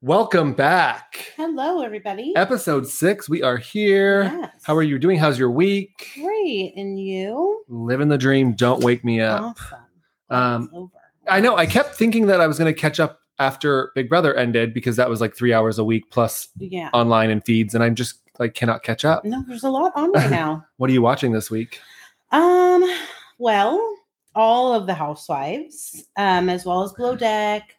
Welcome back. Hello, everybody. Episode six. We are here. Yes. How are you doing? How's your week? Great. And you? Living the dream. Don't wake me up. Awesome. Um, It's over. I know. I kept thinking that I was going to catch up after Big Brother ended because that was like three hours a week plus Yeah. online and feeds, and I'm just like cannot catch up. No, there's a lot on right now. What are you watching this week? Um, well, all of the housewives, um, as well as Below Deck.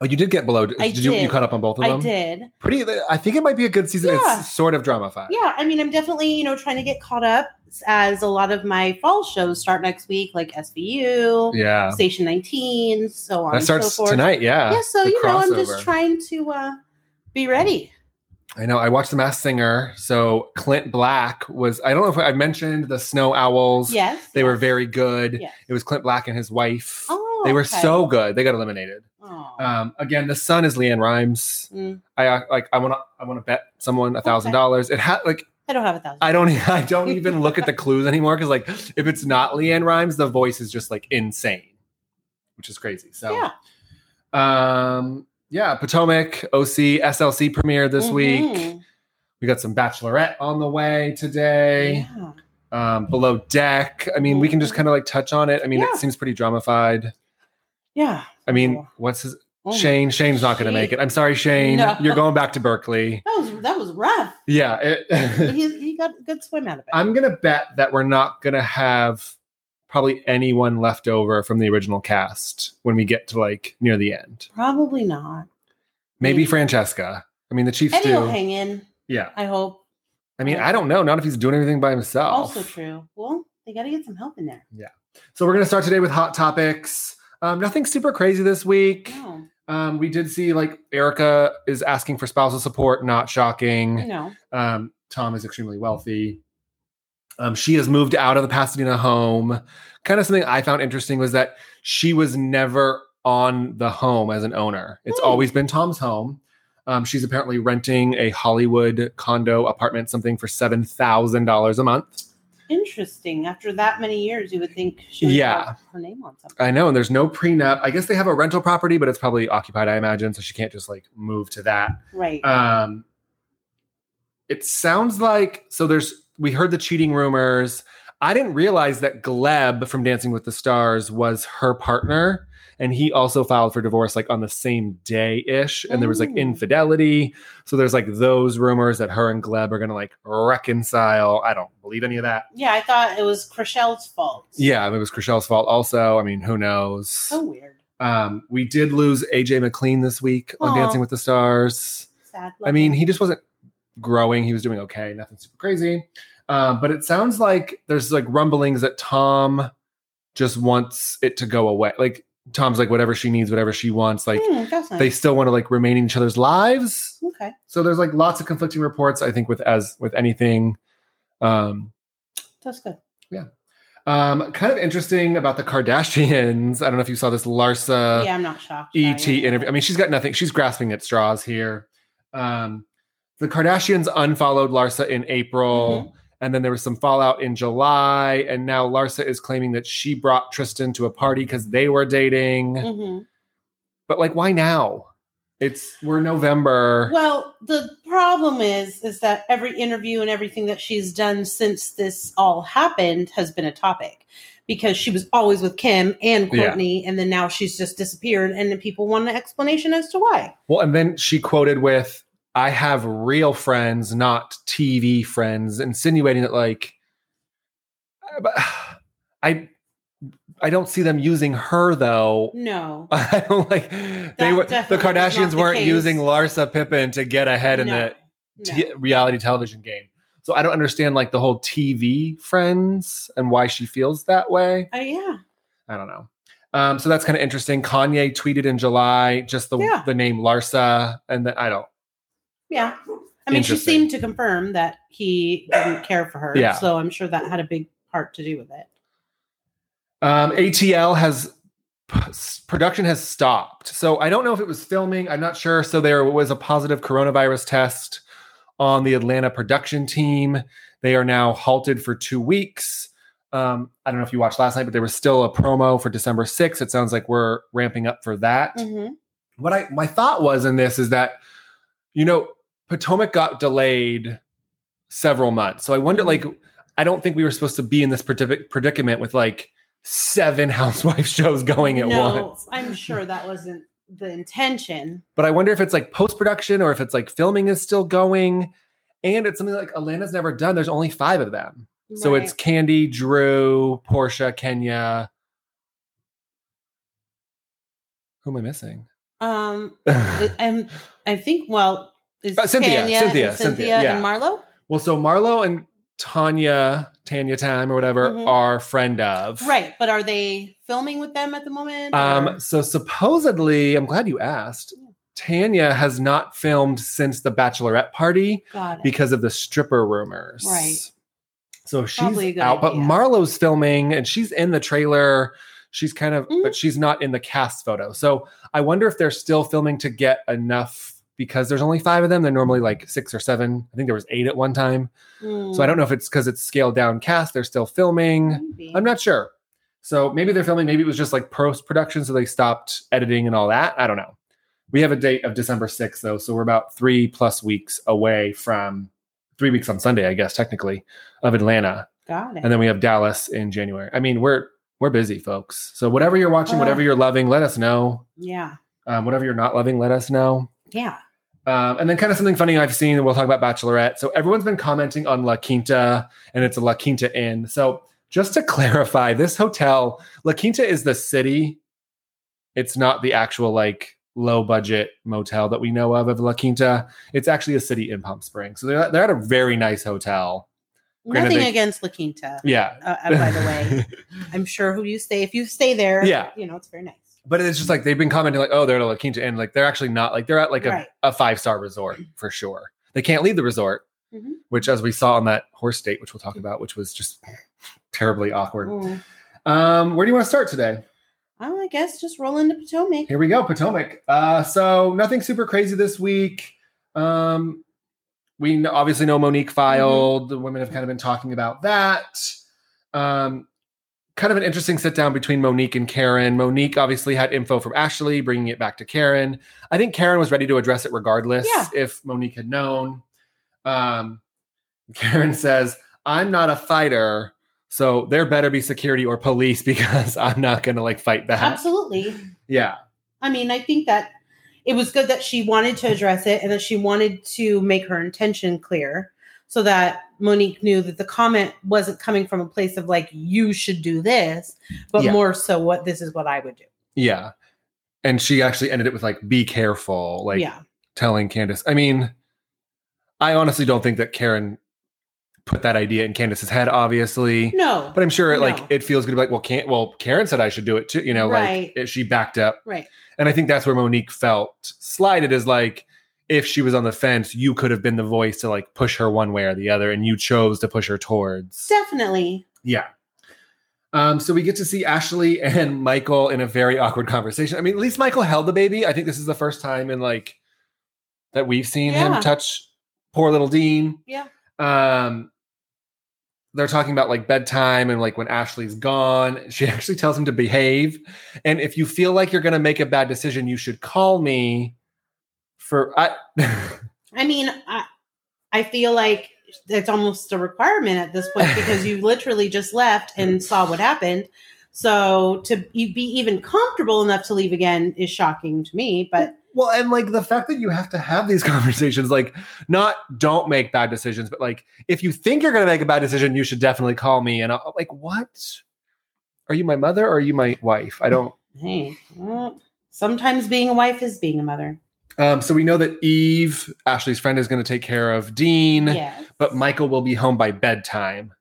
Oh, you did get below. Did, I you? You did. caught up on both of I them. did. Pretty. I think it might be a good season. Yeah. It's sort of drama five. Yeah, I mean, I'm definitely, you know, trying to get caught up as a lot of my fall shows start next week, like SVU, Yeah. Station 19, so on That starts and so forth. tonight. Yeah. yeah, so the you know, I'm just crossover. trying to uh be ready. I know. I watched The Masked Singer. So Clint Black was. I don't know if I mentioned the Snow Owls. Yes. They were yes. very good. Yes. It was Clint Black and his wife. Oh, they were okay. Oh. so good. They got eliminated. Aw. Um, again, the son is Leanne Rhimes. Mm. I uh, like. I want to. I want to bet someone a thousand dollars. It had like. I don't have a thousand. I don't. I don't even look at the clues anymore because like if it's not Leanne Rhimes, the voice is just like insane, which is crazy. So yeah. um, yeah, Potomac OC SLC premiere this week. Mhm. We got some Bachelorette on the way today. Yeah. Mm-hmm. Um, below deck. I mean, we can just kind of like touch on it. I mean, Yeah. it seems pretty dramified. yeah. I mean, Cool. what's his Oh my- Shane? Shane's not going to Shane. make it. I'm sorry, Shane. No. You're going back to Berkeley. That was that was rough. Yeah. it- he, he got a good swim out of it. I'm gonna bet that we're not gonna have probably anyone left over from the original cast when we get to like near the end. Probably not. Maybe Maybe. Francesca. I mean, the Chiefs Eddie will do. hang in. Yeah. I hope. I mean, I don't know. Not if he's doing everything by himself. Also true. Well, they got to get some help in there. So we're gonna start today with hot topics. Um, nothing super crazy this week. No, Um, we did see like Erica is asking for spousal support. Not shocking. no. Um, Tom is extremely wealthy. Um, she has moved out of the Pasadena home. Kind of something I found interesting was that she was never on the home as an owner. It's Hmm. always been Tom's home. Um, she's apparently renting a Hollywood condo apartment, something for seven thousand dollars a month. Interesting. After that many years, you would think she would Yeah. have her name on something. I know, and there's no prenup. I guess they have a rental property, but it's probably occupied, I imagine, so she can't just like move to that. Right. Um, it sounds like so. There's we heard the cheating rumors. I didn't realize that Gleb from Dancing with the Stars was her partner, and he also filed for divorce like on the same day ish. And there was like Mm. infidelity. So there's like those rumors that her and Gleb are gonna like reconcile. I don't believe any of that. yeah, I thought it was Chriselle's fault. Yeah, it was Chriselle's fault. Also, I mean, who knows? So weird. Um, we did lose AJ McLean this week on Aw. Dancing with the Stars. Sad. I mean, he just wasn't growing. He was doing okay, nothing super crazy. Um, but it sounds like there's like rumblings that Tom just wants it to go away. Like Tom's like whatever she needs, whatever she wants. Like Hmm, that's nice. they still want to like remain in each other's lives. okay. So there's like lots of conflicting reports. I think with as with anything. Um, That's good. um, kind of interesting about the Kardashians. I don't know if you saw this Larsa. yeah, I'm not shocked. by ET it. Uh, E interview. I mean, she's got nothing. She's grasping at straws here. Um, the Kardashians unfollowed Larsa in April, and then there was some fallout in July. And now Larsa is claiming that she brought Tristan to a party because they were dating. Mhm. But like, why now? It's we're November. Well, the problem is, is that every interview and everything that she's done since this all happened has been a topic because she was always with Kim and Yeah. Courtney, and then now she's just disappeared, and the people want an explanation as to why. Well, and then she quoted with, I have real friends, not TV friends, insinuating that like uh, but- I I don't see them using her though. No, I don't like they were the definitely was not Kardashians the weren't case. using Larsa Pippen to get ahead in no, the t- reality television game. So I don't understand like the whole TV friends and why she feels that way. Oh yeah, I don't know. Um, so that's kind of interesting. Kanye tweeted in July just the Yeah. the name Larsa, and then I don't. yeah. I mean, she Interesting. seemed to confirm that he didn't care for her, Yeah. so I'm sure that had a big part to do with it. Um, ATL has production has stopped. So I don't know if it was filming. I'm not sure. So there was a positive coronavirus test on the Atlanta production team. They are now halted for two weeks. Um, I don't know if you watched last night, but there was still a promo for December 6th. It sounds like we're ramping up for that. Mhm. What I my thought was in this is that, you know, Potomac got delayed several months. So I wonder, Mm-hmm. like, I don't think we were supposed to be in this predic- predicament with like seven housewife shows going at no, once. I'm sure that wasn't the intention. But I wonder if it's like post production or if it's like filming is still going. And it's something like Atlanta's never done. There's only five of them. So it's Right. Candy, Drew, Portia, Kenya. Who am I missing? um, well, and I think well, is Uh, Cynthia, Tanya Cynthia, and Cynthia, Cynthia yeah. and Marlo. so Marlo and Tanya, Tanya Time or whatever, Mhm. are friend of. Right, but are they filming with them at the moment? Um, or- so supposedly, I'm glad you asked. Tanya has not filmed since the bachelorette party. got it. because of the stripper rumors. Right. So Probably a she's good out, but idea. Marlo's filming and she's in the trailer. She's kind of, Mhm. but she's not in the cast photo. So I wonder if they're still filming to get enough because there's only five of them. They're normally like six or seven. I think there was eight at one time. Hmm. So I don't know if it's because it's scaled down cast. They're still filming. I'm not sure. So maybe they're filming. Maybe it was just like post production, so they stopped editing and all that. I don't know. We have a date of December 6th, though, so we're about three plus weeks away from three weeks on Sunday, I guess, technically, of Atlanta, Got it. and then we have Dallas in January. I mean, we're we're busy, folks. So whatever you're watching, Uh. whatever you're loving, let us know. yeah. Um, whatever you're not loving, let us know. Yeah. Um, and then kind of something funny I've seen, and we'll talk about Bachelorette. So everyone's been commenting on La Quinta, and it's a La Quinta Inn. So just to clarify, this hotel, La Quinta is the city. It's not the actual like low budget motel that we know of of La Quinta. It's actually a city in Palm Springs. So they're, they're at a very nice hotel. Granted, Nothing they- against La Quinta, Yeah. uh, uh, by the way. I'm sure who you stay, if you stay there, Yeah. you know, it's very nice. but it's just like they've been commenting like, oh, they're at a La Quinta Inn. Like they're actually not like they're at like a, Right. a five star resort for sure. They can't leave the resort, Mhm. which as we saw on that horse date, which we'll talk about, which was just terribly awkward. Mm. Um, where do you want to start today? Well, I guess just roll into Potomac. Here we go, Potomac. Uh, so nothing super crazy this week. Um, we kn- obviously know Monique filed. The women have kind of been talking about that. Um, kind of an interesting sit down between Monique and Karen. Monique obviously had info from Ashley, bringing it back to Karen. I think Karen was ready to address it regardless Yeah. if Monique had known. Um, Karen says, "I'm not a fighter." So there better be security or police because I'm not going to like fight back. Absolutely. Yeah. I mean, I think that it was good that she wanted to address it and that she wanted to make her intention clear so that Monique knew that the comment wasn't coming from a place of like, you should do this, but Yeah. more so what this is what I would do. Yeah. And she actually ended it with like, be careful, like yeah. telling Candace. I mean, I honestly don't think that Karen put that idea in Candace's head, obviously. No. But I'm sure it like No. it feels good to be like, well, can't well, Karen said I should do it too. You know, Right. like it, she backed up. right. And I think that's where Monique felt slighted is like if she was on the fence, you could have been the voice to like push her one way or the other, and you chose to push her towards Definitely. yeah. Um, so we get to see Ashley and Michael in a very awkward conversation. I mean, at least Michael held the baby. I think this is the first time in like that we've seen Yeah. him touch poor little Dean. Yeah. Um, they're talking about like bedtime and like when Ashley's gone, she actually tells him to behave. And if you feel like you're going to make a bad decision, you should call me for I I mean, I, I feel like it's almost a requirement at this point because you literally just left and saw what happened. So to be be even comfortable enough to leave again is shocking to me, but Well, and like the fact that you have to have these conversations, like not don't make bad decisions, but like if you think you're going to make a bad decision, you should definitely call me. And I'm like, what? Are you my mother or are you my wife? I don't. hey, well, sometimes being a wife is being a mother. Um, so we know that Eve, Ashley's friend, is going to take care of Dean, Yeah. but Michael will be home by bedtime.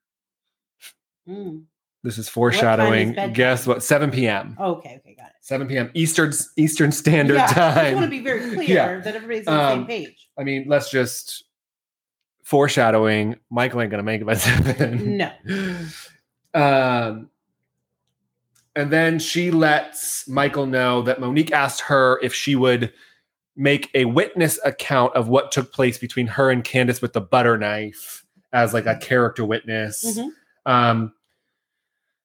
Mm. This is is foreshadowing. bedtime? Guess what? 7 p.m. Okay. Okay. Got it. 7 p.m. Eastern Eastern Standard yeah, I just Time. want to be very clear Yeah. that everybody's on the Um, same page. I mean, let's mhm. just foreshadowing. Michael ain't going to make it by seven. No. Um, and then she lets Michael know that Monique asked her if she would make a witness account of what took place between her and Candace with the butter knife as like a character witness. Mhm. Um,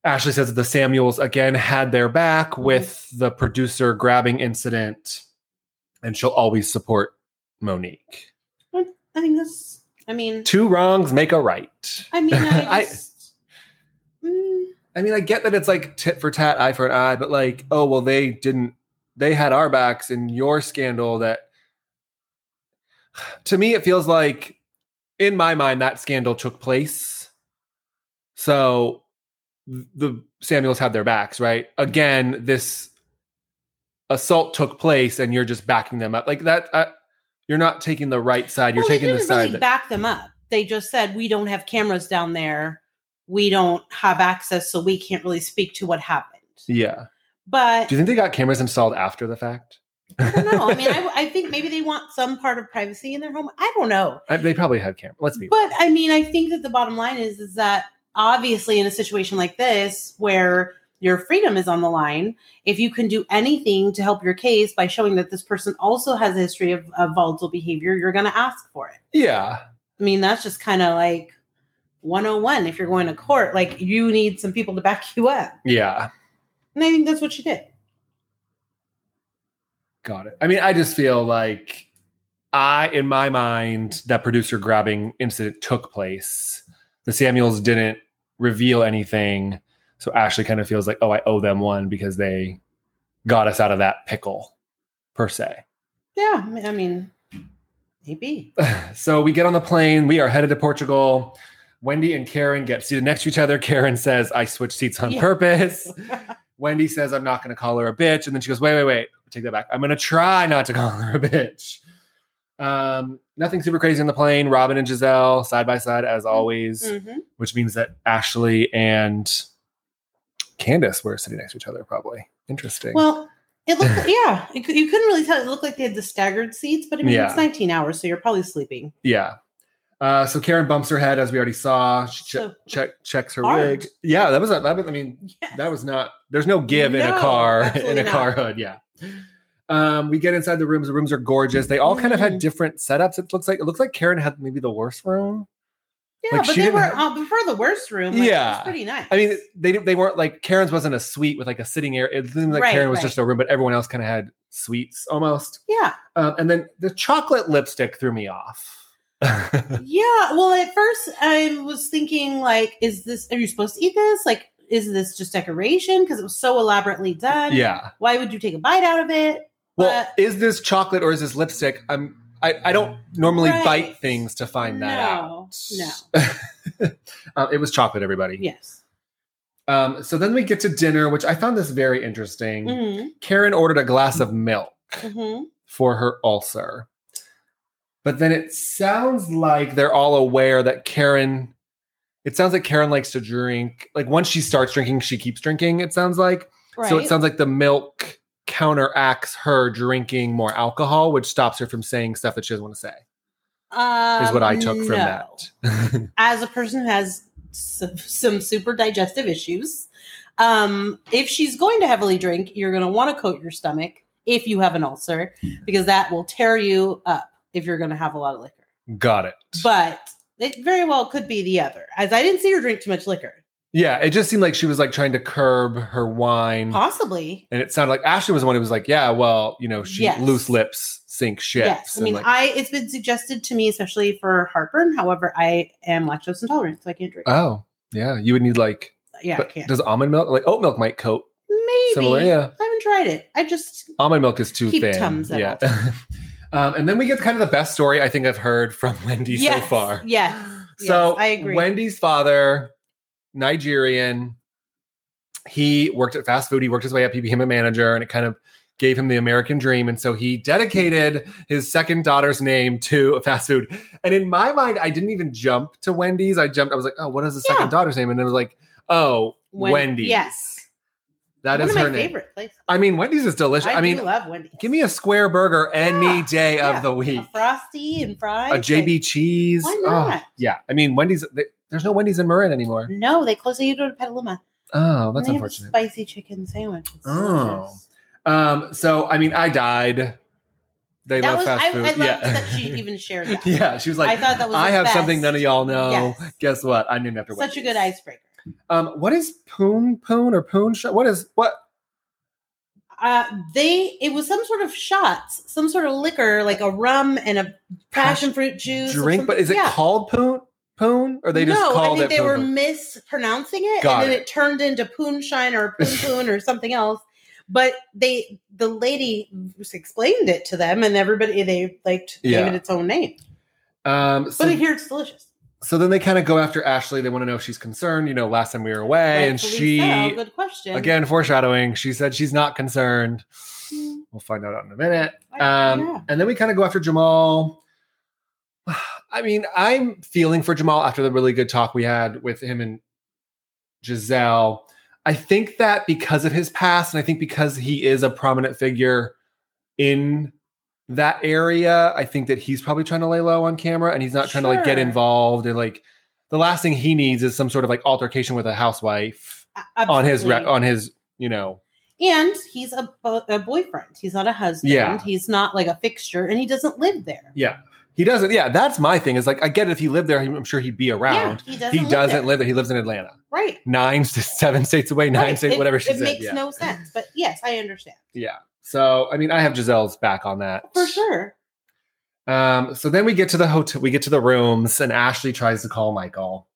Ashley says that the Samuels again had their back with the producer grabbing incident, and she'll always support Monique. I think that's. I mean, Two wrongs make a right. I mean, I I- just. Mm, I mean, I get that it's like tit for tat, eye for an eye, but like, oh well, they didn't. They had our backs in your scandal. That to me, it feels like, in my mind, that scandal took place. So the Samuels had their backs, right? Again, this assault took place, and you're just backing them up like that. I, you're not taking the right side. You're well, taking they the didn't side. really that- back them up. They just said we don't have cameras down there. We don't have access, so we can't really speak to what happened. yeah. But Do you think they got cameras installed after the fact? I don't know. I mean, I, I think maybe they want some part of privacy in their home. I don't know. I- they probably had cameras. Let's be. But I mean, I think that the bottom line is is that obviously in a situation like this where your freedom is on the line, if you can do anything to help your case by showing that this person also has a history of, of volatile behavior, you're going to ask for it. yeah. I mean, that's just kind of like 101 if you're going to court. Like, you need some people to back you up. Yeah, And I think that's what she did. got it. I mean, I just feel like I, in my mind, that producer grabbing incident took place. The Samuels didn't reveal anything. So Ashley kind of feels like, oh, I owe them one because they got us out of that pickle, per se. Yeah. I mean- I mean, maybe. So we get on the plane. We are headed to Portugal. Wendy and Karen get seated next to each other. Karen says, I switched seats on Yeah. purpose. Mm-hmm. Wendy says, I'm not going to call her a bitch. And then she goes, wait, wait, wait, take that back. I'm going to try not to call her a bitch. Um, nothing super crazy on the plane. Robin and Giselle side by side as always, Mhm. which means that Ashley and Candace were sitting next to each other, probably. Interesting. Well, it looked, yeah, you cou- you couldn't really tell. It looked like they had the staggered seats, but I mean, Yeah. it's 19 hours, so you're probably sleeping. yeah. Uh, so Karen bumps her head, as we already saw. She che- So- check checks her Hard. wig. Yeah, that was a, that. was- I mean, Yeah. that was not there's no give in No, a car in absolutely a not. car hood yeah um we get inside the rooms the rooms are gorgeous they all kind of had Mhm. different setups it looks like it looks like karen had maybe the worst room Yeah, Like, but she they didn't were have- uh, before the worst room. Like, yeah. It Yeah. was pretty nice. i mean they they weren't like karen's wasn't a suite with like a sitting area it seemed like Right, karen was right. just a room but everyone else kind of had suites almost yeah. um, and then the chocolate lipstick threw me off Um, Yeah. Well, at first I was thinking, like, is this, are you supposed to eat this? Like, is this just decoration? Because it was so elaborately done. yeah Why would you take a bite out of it? well But- is this chocolate or is this lipstick i'm i, I don't normally Right. bite things to find that out no, No. Uh, it was chocolate everybody Yes. Um, so then we get to dinner, which I found this very interesting. Mm-hmm. Karen ordered a glass of milk Mm-hmm. for her ulcer. But then it sounds like they're all aware that Karen, it sounds like Karen likes to drink. Like once she starts drinking, she keeps drinking, it sounds like. Right. So it sounds like the milk counteracts her drinking more alcohol, which stops her from saying stuff that she doesn't want to say, um, is what I took from no. that. As a person who has some, some super digestive issues, um, if she's going to heavily drink, you're going to want to coat your stomach if you have an ulcer because that will tear you up if you're going to have a lot of liquor. Got it. but it very well could be the other, as I didn't see her drink too much liquor. yeah, it just seemed like she was like trying to curb her wine. Possibly. And it sounded like Ashley was the one who was like, yeah, well, you know, she Yes. loose lips sink ships. Yes. I And, mean, like, I it's been suggested to me, especially for heartburn. However, I am lactose intolerant, so I can't drink. oh, yeah, you would need like, yeah, I but can't. does almond milk, like oat milk might coat Maybe. similar? Yeah. I haven't tried it. I just Almond milk is too Keep thin. Tums at yeah. um, and then we get kind of the best story I think I've heard from Wendy so Yes, far. Yes. So yes, I agree. Wendy's father, Nigerian, he worked at fast food. He worked his way up. He became a manager and it kind of gave him the American dream. And so he dedicated his second daughter's name to a fast food. And in my mind, I didn't even jump to Wendy's. I jumped, I was like, oh, what is the second Yeah. daughter's name? And it was like, oh, Wen- Wendy. Yes. That One is of my her name. favorite places. I mean, Wendy's is delicious. I, I, mean, do love Wendy. give me a square burger any Yeah, day yeah, of the week a frosty and fries. a JB and- cheese. Why Oh, not? yeah. I mean, Wendy's, they, There's no Wendy's in Marin anymore. No, they closed it. You go to Petaluma. Oh, that's They have a unfortunate. Spicy chicken sandwich. It's Oh. delicious. Um, so I mean, I died. They that love was fast I, I food. loved yeah. that she even shared that. yeah, she was like, I thought that was I the have best. something none of y'all know. Yes. Guess what? I named after Such a Wendy's. good icebreaker. Um, what is poon poon or poon shot? What is what? Uh, they it was some sort of shots, some sort of liquor, like a rum and a passion fruit juice or drink, but something. is it Yeah. called poon poon or they just no, I called think it they poon were poon? mispronouncing it, Got and then it. it turned into poonshine or poon poon or something else. But they, the lady, just explained it to them, and everybody they liked Yeah. gave it its own name. Um, so, But here it's delicious. so then they kind of go after Ashley. They want to know if she's concerned. You know, last time we were away, and Rightfully she so. good question again foreshadowing. She said she's not concerned. Hmm. We'll find out out in a minute. I- Um, yeah. And then we kind of go after Jamal. I mean, I'm feeling for Jamal after the really good talk we had with him and Giselle. I think that because of his past, and I think because he is a prominent figure in that area, I think that he's probably trying to lay low on camera and he's not trying to like get Sure. involved. And like the last thing he needs is some sort of like altercation with a housewife A- on his re- absolutely. on his, you know, and he's a, bo- a boyfriend. He's not a husband. Yeah. he's not like a fixture, and he doesn't live there. he doesn't. Yeah, that's my thing. Is like I get it if he lived there, I'm sure he'd be around. Yeah, he doesn't. he live doesn't there. live there. He lives in Atlanta, right. nine to seven states away, nine right. states, It- whatever she it said. makes yeah. no sense, but yes, I understand yeah. So I mean, I have Giselle's back on that for sure. Um, so then we get to the hotel. We get to the rooms, and Ashley tries to call Michael,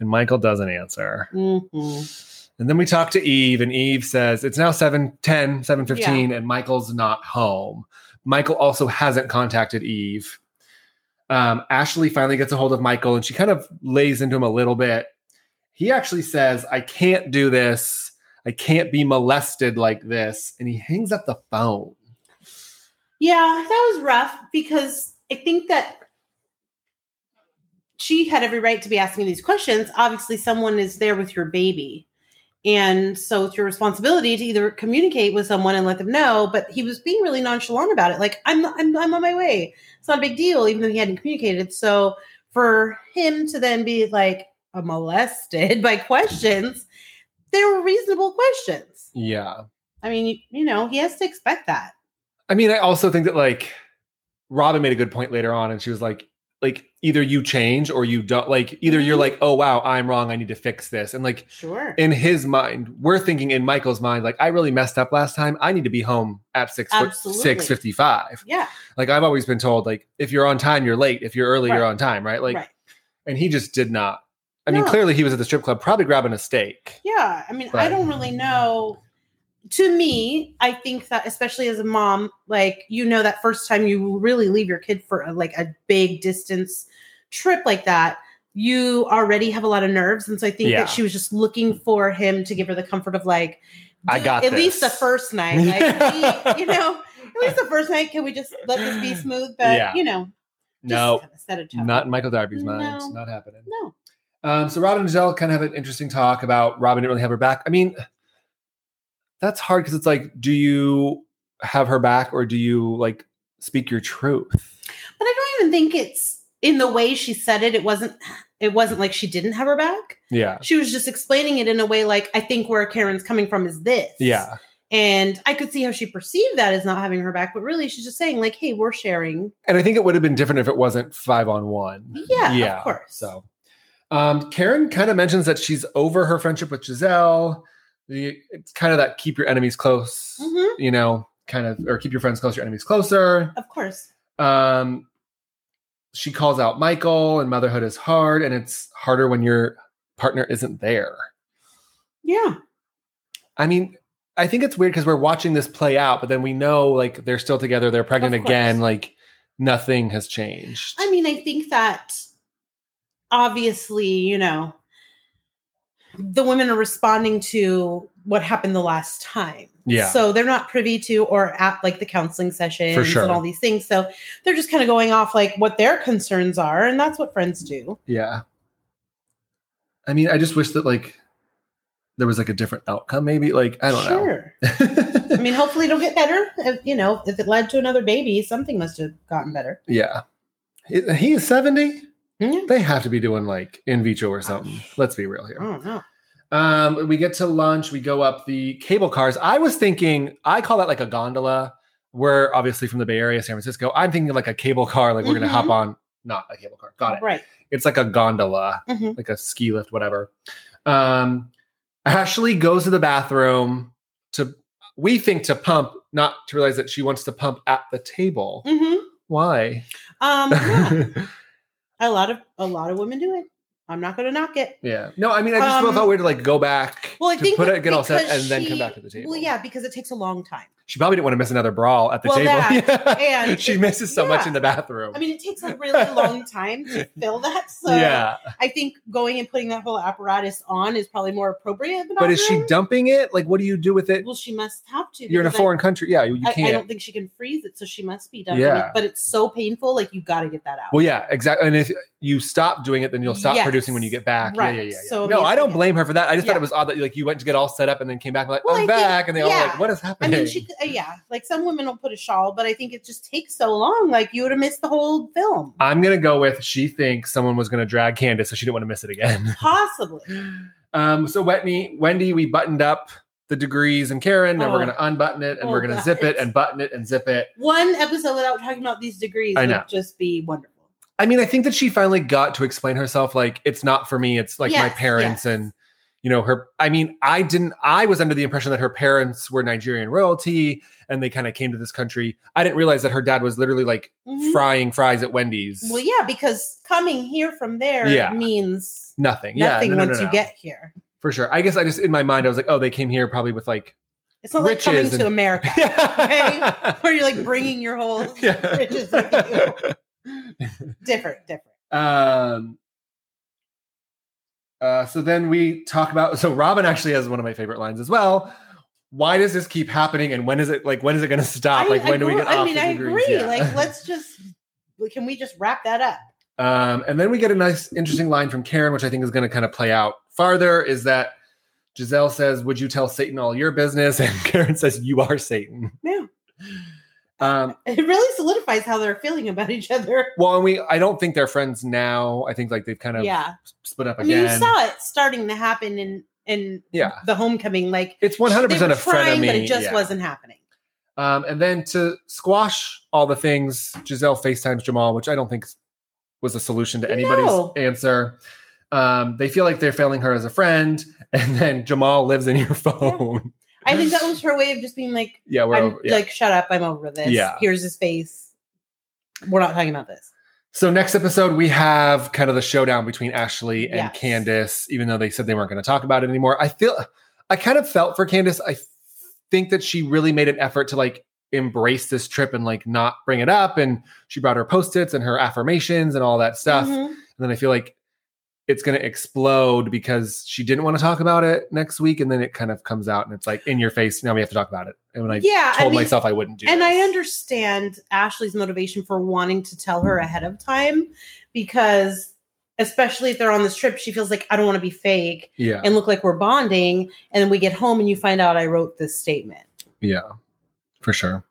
and Michael doesn't answer. Mhm. And then we talk to Eve, and Eve says it's now 7 10, 7 and Michael's not home. Michael also hasn't contacted Eve. Um, Ashley finally gets a hold of Michael and she kind of lays into him a little bit. He actually says, I can't do this. I can't be molested like this. And he hangs up the phone. Yeah, that was rough because I think that she had every right to be asking these questions. Obviously, someone is there with your baby. And so it's your responsibility to either communicate with someone and let them know, but he was being really nonchalant about it. Like, I'm I'm I'm on my way. It's not a big deal, even though he hadn't communicated. So for him to then be like molested by questions, they were reasonable questions. Yeah. I mean, you, you know, he has to expect that. I mean, I also think that like Robin made a good point later on, and she was like, like either you change or you don't like either you're like, oh wow, I'm wrong, I need to fix this. And like Sure. in his mind, we're thinking in Michael's mind, like I really messed up last time. I need to be home at six Absolutely. six fifty five. yeah. Like I've always been told, like if you're on time, you're late. If you're early, you're Right. on time, right? Like, right. and he just did not. I mean, No. clearly he was at the strip club, probably grabbing a steak. Yeah, I mean, Right. I don't really know. To me, I think that especially as a mom, like you know, that first time you really leave your kid for a, like a big distance trip like that, you already have a lot of nerves, and so I think Yeah. that she was just looking for him to give her the comfort of like, I dude, got at least the this. first night, like we- you know, at least the first night, can we just let this be smooth? But Yeah. you know, just No, kinda set a tone. not in Michael Darby's mind. No. Not happening. no, Um, so Robin and Giselle kind of have an interesting talk about Robin didn't really have her back. I mean, that's hard because it's like, do you have her back or do you like speak your truth? but I don't even think it's in the way she said it. It wasn't. It wasn't like she didn't have her back. Yeah. she was just explaining it in a way like i think where karen's coming from is this Yeah. and i could see how she perceived that as not having her back but really she's just saying like hey we're sharing And I think it would have been different if it wasn't five on one. yeah, of course So um, Karen kind of mentions that she's over her friendship with Giselle. The, it's kind of that keep your enemies close, Mhm, you know, kind of, or keep your friends close, your enemies closer. of course um she calls out michael and motherhood is hard and it's harder when your partner isn't there yeah i mean i think it's weird because we're watching this play out but then we know like they're still together they're pregnant Of course. again like nothing has changed i mean i think that obviously you know the women are responding to what happened the last time yeah So they're not privy to or at like the counseling sessions For sure. and all these things. So they're just kind of going off like what their concerns are. And that's what friends do. yeah i mean i just wish that like there was like a different outcome maybe like i don't sure. know I mean, hopefully it'll get better. If, you know, if it led to another baby, something must have gotten better. yeah he, he is 70 Mhm. They have to be doing like in vitro or something. Let's be real I here. don't know. Um, we get to lunch. We go up the cable cars. I was thinking, I call that like a gondola. We're obviously from the Bay Area, San Francisco. I'm thinking like a cable car, like we're going to hop Mhm. on, not a cable car. Got it. Right. It's like a gondola, Mhm. like a ski lift, whatever. Um, Ashley goes to the bathroom to, we think to pump, not to realize that she wants to pump at the table. hmm Why? Um, yeah. a lot of a lot of women do it. I'm not going to knock it. Yeah. No, I mean, I just Um, felt weird to like go back, Well, I to think put it, get all set, because and then she- come back to the table. Well, yeah, because it takes a long time. She probably didn't want to miss another brawl at the Well, table. that, and she it- misses so much yeah. in the bathroom. I mean, it takes a really long time to fill that. So yeah. I think going and putting that whole apparatus on is probably more appropriate. in the But is she bathroom. dumping it? Like, what do you do with it? Well, she must have to. You're in a because I- foreign country. Yeah, you I, I can't. don't think she can freeze it, so she must be done. Yeah. Yeah. But it's so painful, like you got to get that out. well, yeah, exactly. And if you stop doing it, then you'll stop Yes. producing when you get back. Yeah, Right. yeah, yeah. yeah. So it no, means I you don't get- blame her for that. I just thought Yeah. it was odd that like you went to get all set up and then came back like, Well, I'm I think- back, and they all yeah. like, what is I happening? mean, she, uh, yeah, like some women will put a shawl, but I think it just takes so long. Like you would have missed the whole film, I'm gonna go with she thinks someone was gonna drag Candace, so she didn't want to miss it again. possibly. Um, so Wendy, Wendy, we buttoned up the degrees and Karen, and we're Oh. gonna unbutton it and Oh, we're gonna God. zip it and button it and zip it. One episode without talking about these degrees I know. would just be wonderful. I mean, I think that she finally got to explain herself. Like, it's not for me. It's like my Yes, parents yes. and you know her. I mean, I didn't. I was under the impression that her parents were Nigerian royalty and they kind of came to this country. I didn't realize that her dad was literally like Mhm. frying fries at Wendy's. Well, yeah, because coming here from there Yeah. means Nothing. Yeah, nothing no, no, no, once no. you get here. for sure. I guess I just in my mind I was like, oh, they came here probably with like. It's not like coming Riches and- to America Okay. where you're like bringing your whole Yeah. riches with you. Different, different. Um, uh, so then we talk about. So Robin actually has one of my favorite lines as well. Why does this keep happening, and when is it like when is it going to stop? like when do we agree- get I off? mean, the I degrees? agree. Yeah. Like, let's just can we just wrap that up? Um, and then we get a nice, interesting line from Karen, which I think is going to kind of play out farther. Is that Giselle says, "Would you tell Satan all your business?" And Karen says, "You are Satan." Yeah. Um, It really solidifies how they're feeling about each other. well, and we I don't think they're friends now. I think like they've kind of Yeah, split up I mean, again. you saw it starting to happen in in Yeah. the homecoming. Like, it's one hundred percent they a were friend of trying, me. but it just wasn't happening. Um, and then to squash all the things, Giselle FaceTimes Jamal, which I don't think was a solution to anybody's No. answer. Um, they feel like they're failing her as a friend, and then Jamal lives in your phone. I think that was her way of just being like, Yeah, we're I'm over. Yeah. like, shut up, I'm over this. Yeah. here's his face. We're not talking about this. so next episode we have kind of the showdown between Ashley and Yes. Candace, even though they said they weren't going to talk about it anymore. I feel I kind of felt for Candace. I think that she really made an effort to like embrace this trip and like not bring it up. And she brought her post-its and her affirmations and all that stuff. Mhm. And then I feel like it's going to explode because she didn't want to talk about it next week. And then it kind of comes out and it's like in your face. Now we have to talk about it. And when I yeah, told I mean, myself I wouldn't do and I this. understand Ashley's motivation for wanting to tell her ahead of time because especially if they're on this trip, she feels like I don't want to be fake Yeah. and look like we're bonding. And then we get home and you find out I wrote this statement. yeah. For sure.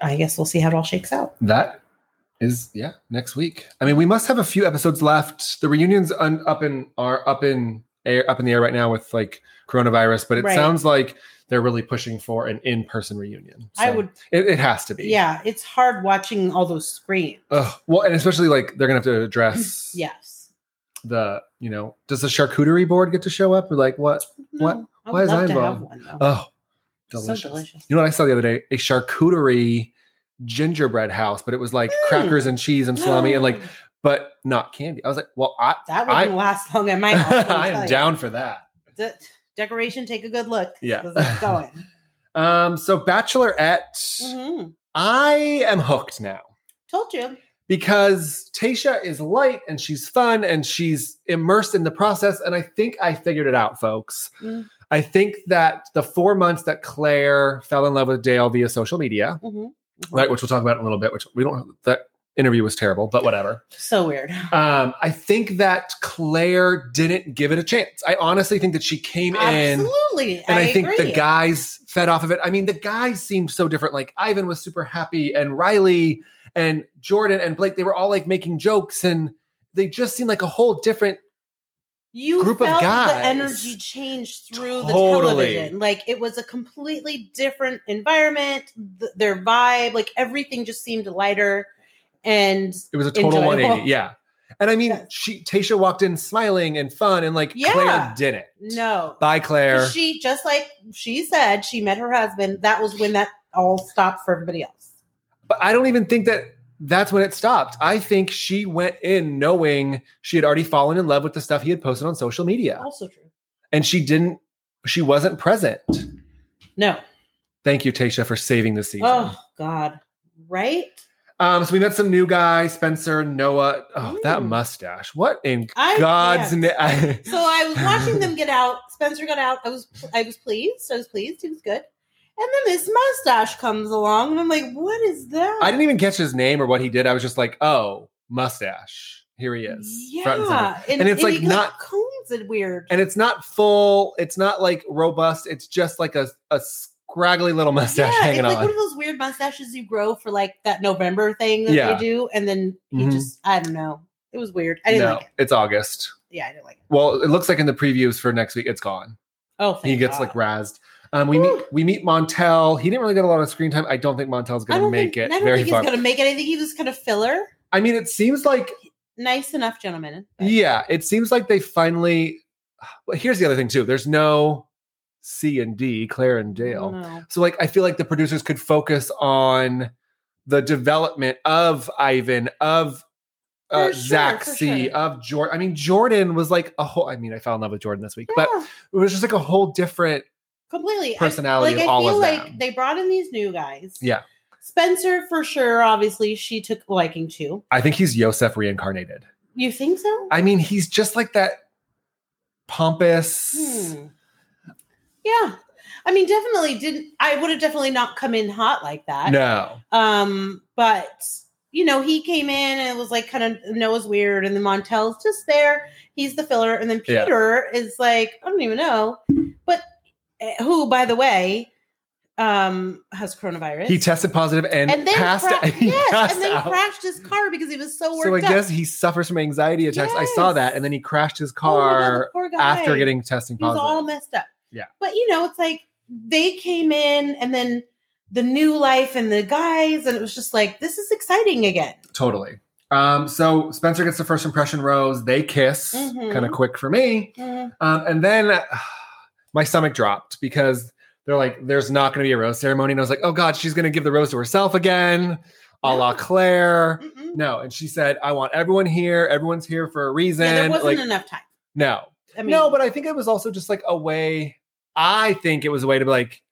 I guess we'll see how it all shakes out. That is, yeah, next week. I mean, we must have a few episodes left. The reunions un- up in are up in air up in the air right now with like coronavirus, but it Right. sounds like they're really pushing for an in-person reunion. I So would, it, it has to be. yeah, it's hard watching all those screens. Ugh. well, and especially like they're gonna have to address Yes. the you know does the charcuterie board get to show up or like what What- No, Mm-hmm. I why would is love I to have wrong? one though. oh So delicious. delicious. you know what i saw the other day a charcuterie gingerbread house but it was like Mm. crackers and cheese and salami and like but not candy i was like well i that I- wouldn't last long at my house. let me i tell am you. down for that De- decoration, take a good look. Yeah. 'cause It's going. um so bachelorette Mhm. i am hooked now Told you. because Tasha is light and she's fun and she's immersed in the process. And I think I figured it out, folks. Mm. I think that the four months that Claire fell in love with Dale via social media, Mhm. right, which we'll talk about in a little bit, which we don't, that interview was terrible, but whatever. So weird. Um, I think that Claire didn't give it a chance. I honestly think that she came in. Absolutely. And I, think agree. the guys fed off of it. I mean, the guys seemed so different. Like Ivan was super happy and Riley and Jordan and Blake, they were all like making jokes and they just seemed like a whole different you group of felt guys. the energy change through the Totally. television. Like it was a completely different environment, th- their vibe, like everything just seemed lighter. And it was a total Enjoyable. 180. Yeah. And I mean, Yes. she Tasha walked in smiling and fun and like Yeah. Claire didn't. no, Bye, Claire. she just like she said, she met her husband. That was when that all stopped for everybody else. But I don't even think that that's when it stopped. I think she went in knowing she had already fallen in love with the stuff he had posted on social media. Also true. And she didn't, she wasn't present. No. Thank you, Tasha, for saving the season. Oh God. Right? Um, so we met some new guy, Spencer, Noah. Oh, that Ooh. mustache. What in Mm. I God's yeah. name? I, So I was watching them get out. Spencer got out. I was I was pleased. I was pleased. He was good. And then this mustache comes along, and I'm like, what is that? didn't even catch his name or what he did. I was just like, oh, mustache. Here he Mm. is. front and center. Yeah, And it's, like, he, not- combs it weird. And it's not full, it's not like robust, it's just like a, a scraggly little mustache yeah, hanging it's like on. one of those weird mustaches you grow for like that November thing that Yeah. they do, and then you Mhm. just I don't know. It was weird. I didn't no, like it. it's August. Yeah, I didn't like it. Well, it looks like in the previews for next week, it's gone. Oh, he thank gets God. like razzed. Um, we meet we meet Montel. He didn't really get a lot of screen time. I don't think Montel's I going to don't make think, it I don't very think far. he's gonna make it. I think he was kind of filler. I mean, it seems like Nice enough, gentlemen. but- yeah, it seems like they finally. Well, here's the other thing too. There's no C and D, Claire and Dale. No. So like, I feel like the producers could focus on the development of Ivan of. Uh, For sure, Zach for C sure. of Jordan. I mean, Jordan was like a whole. I mean, I fell in love with Jordan this week, but Yeah, it was just like a whole different completely I- personality like of I all feel of like them. they brought in these new guys. Yeah. Spencer for sure. Obviously, she took a liking to. I think he's Yosef reincarnated. You think so? I mean, he's just like that pompous. Hmm. Yeah. I mean, definitely didn't. I would have definitely not come in hot like that. No, Um, but you know, he came in and it was like kind of Noah's weird, and then Montel's just there. He's the filler, and then Yeah. Peter is like I don't even know, but eh, who, by the way, um, has coronavirus. he tested positive and, and then passed. cra- he yes, passed and then out. crashed his car because he was so so I worked up. guess he suffers from anxiety attacks. I saw Yes. that, and then he crashed his Oh my God, the car poor guy. after getting testing he was positive. all messed up. Yeah. But you know, it's like they came in and then the new life and the guys, and it was just like this is exciting again. totally. Um, so Spencer gets the first impression rose. They kiss, Mhm. kind of quick for me. Um, and then uh, my stomach dropped because they're like, there's not going to be a rose ceremony. And I was like, oh God, she's going to give the rose to herself again, a la No. Claire. Mm-mm. No. And she said, I want everyone here. Everyone's here for a reason. Yeah, there wasn't like, enough time. no. I mean, no, but I think it was also just like a way, I think it was a way to be like,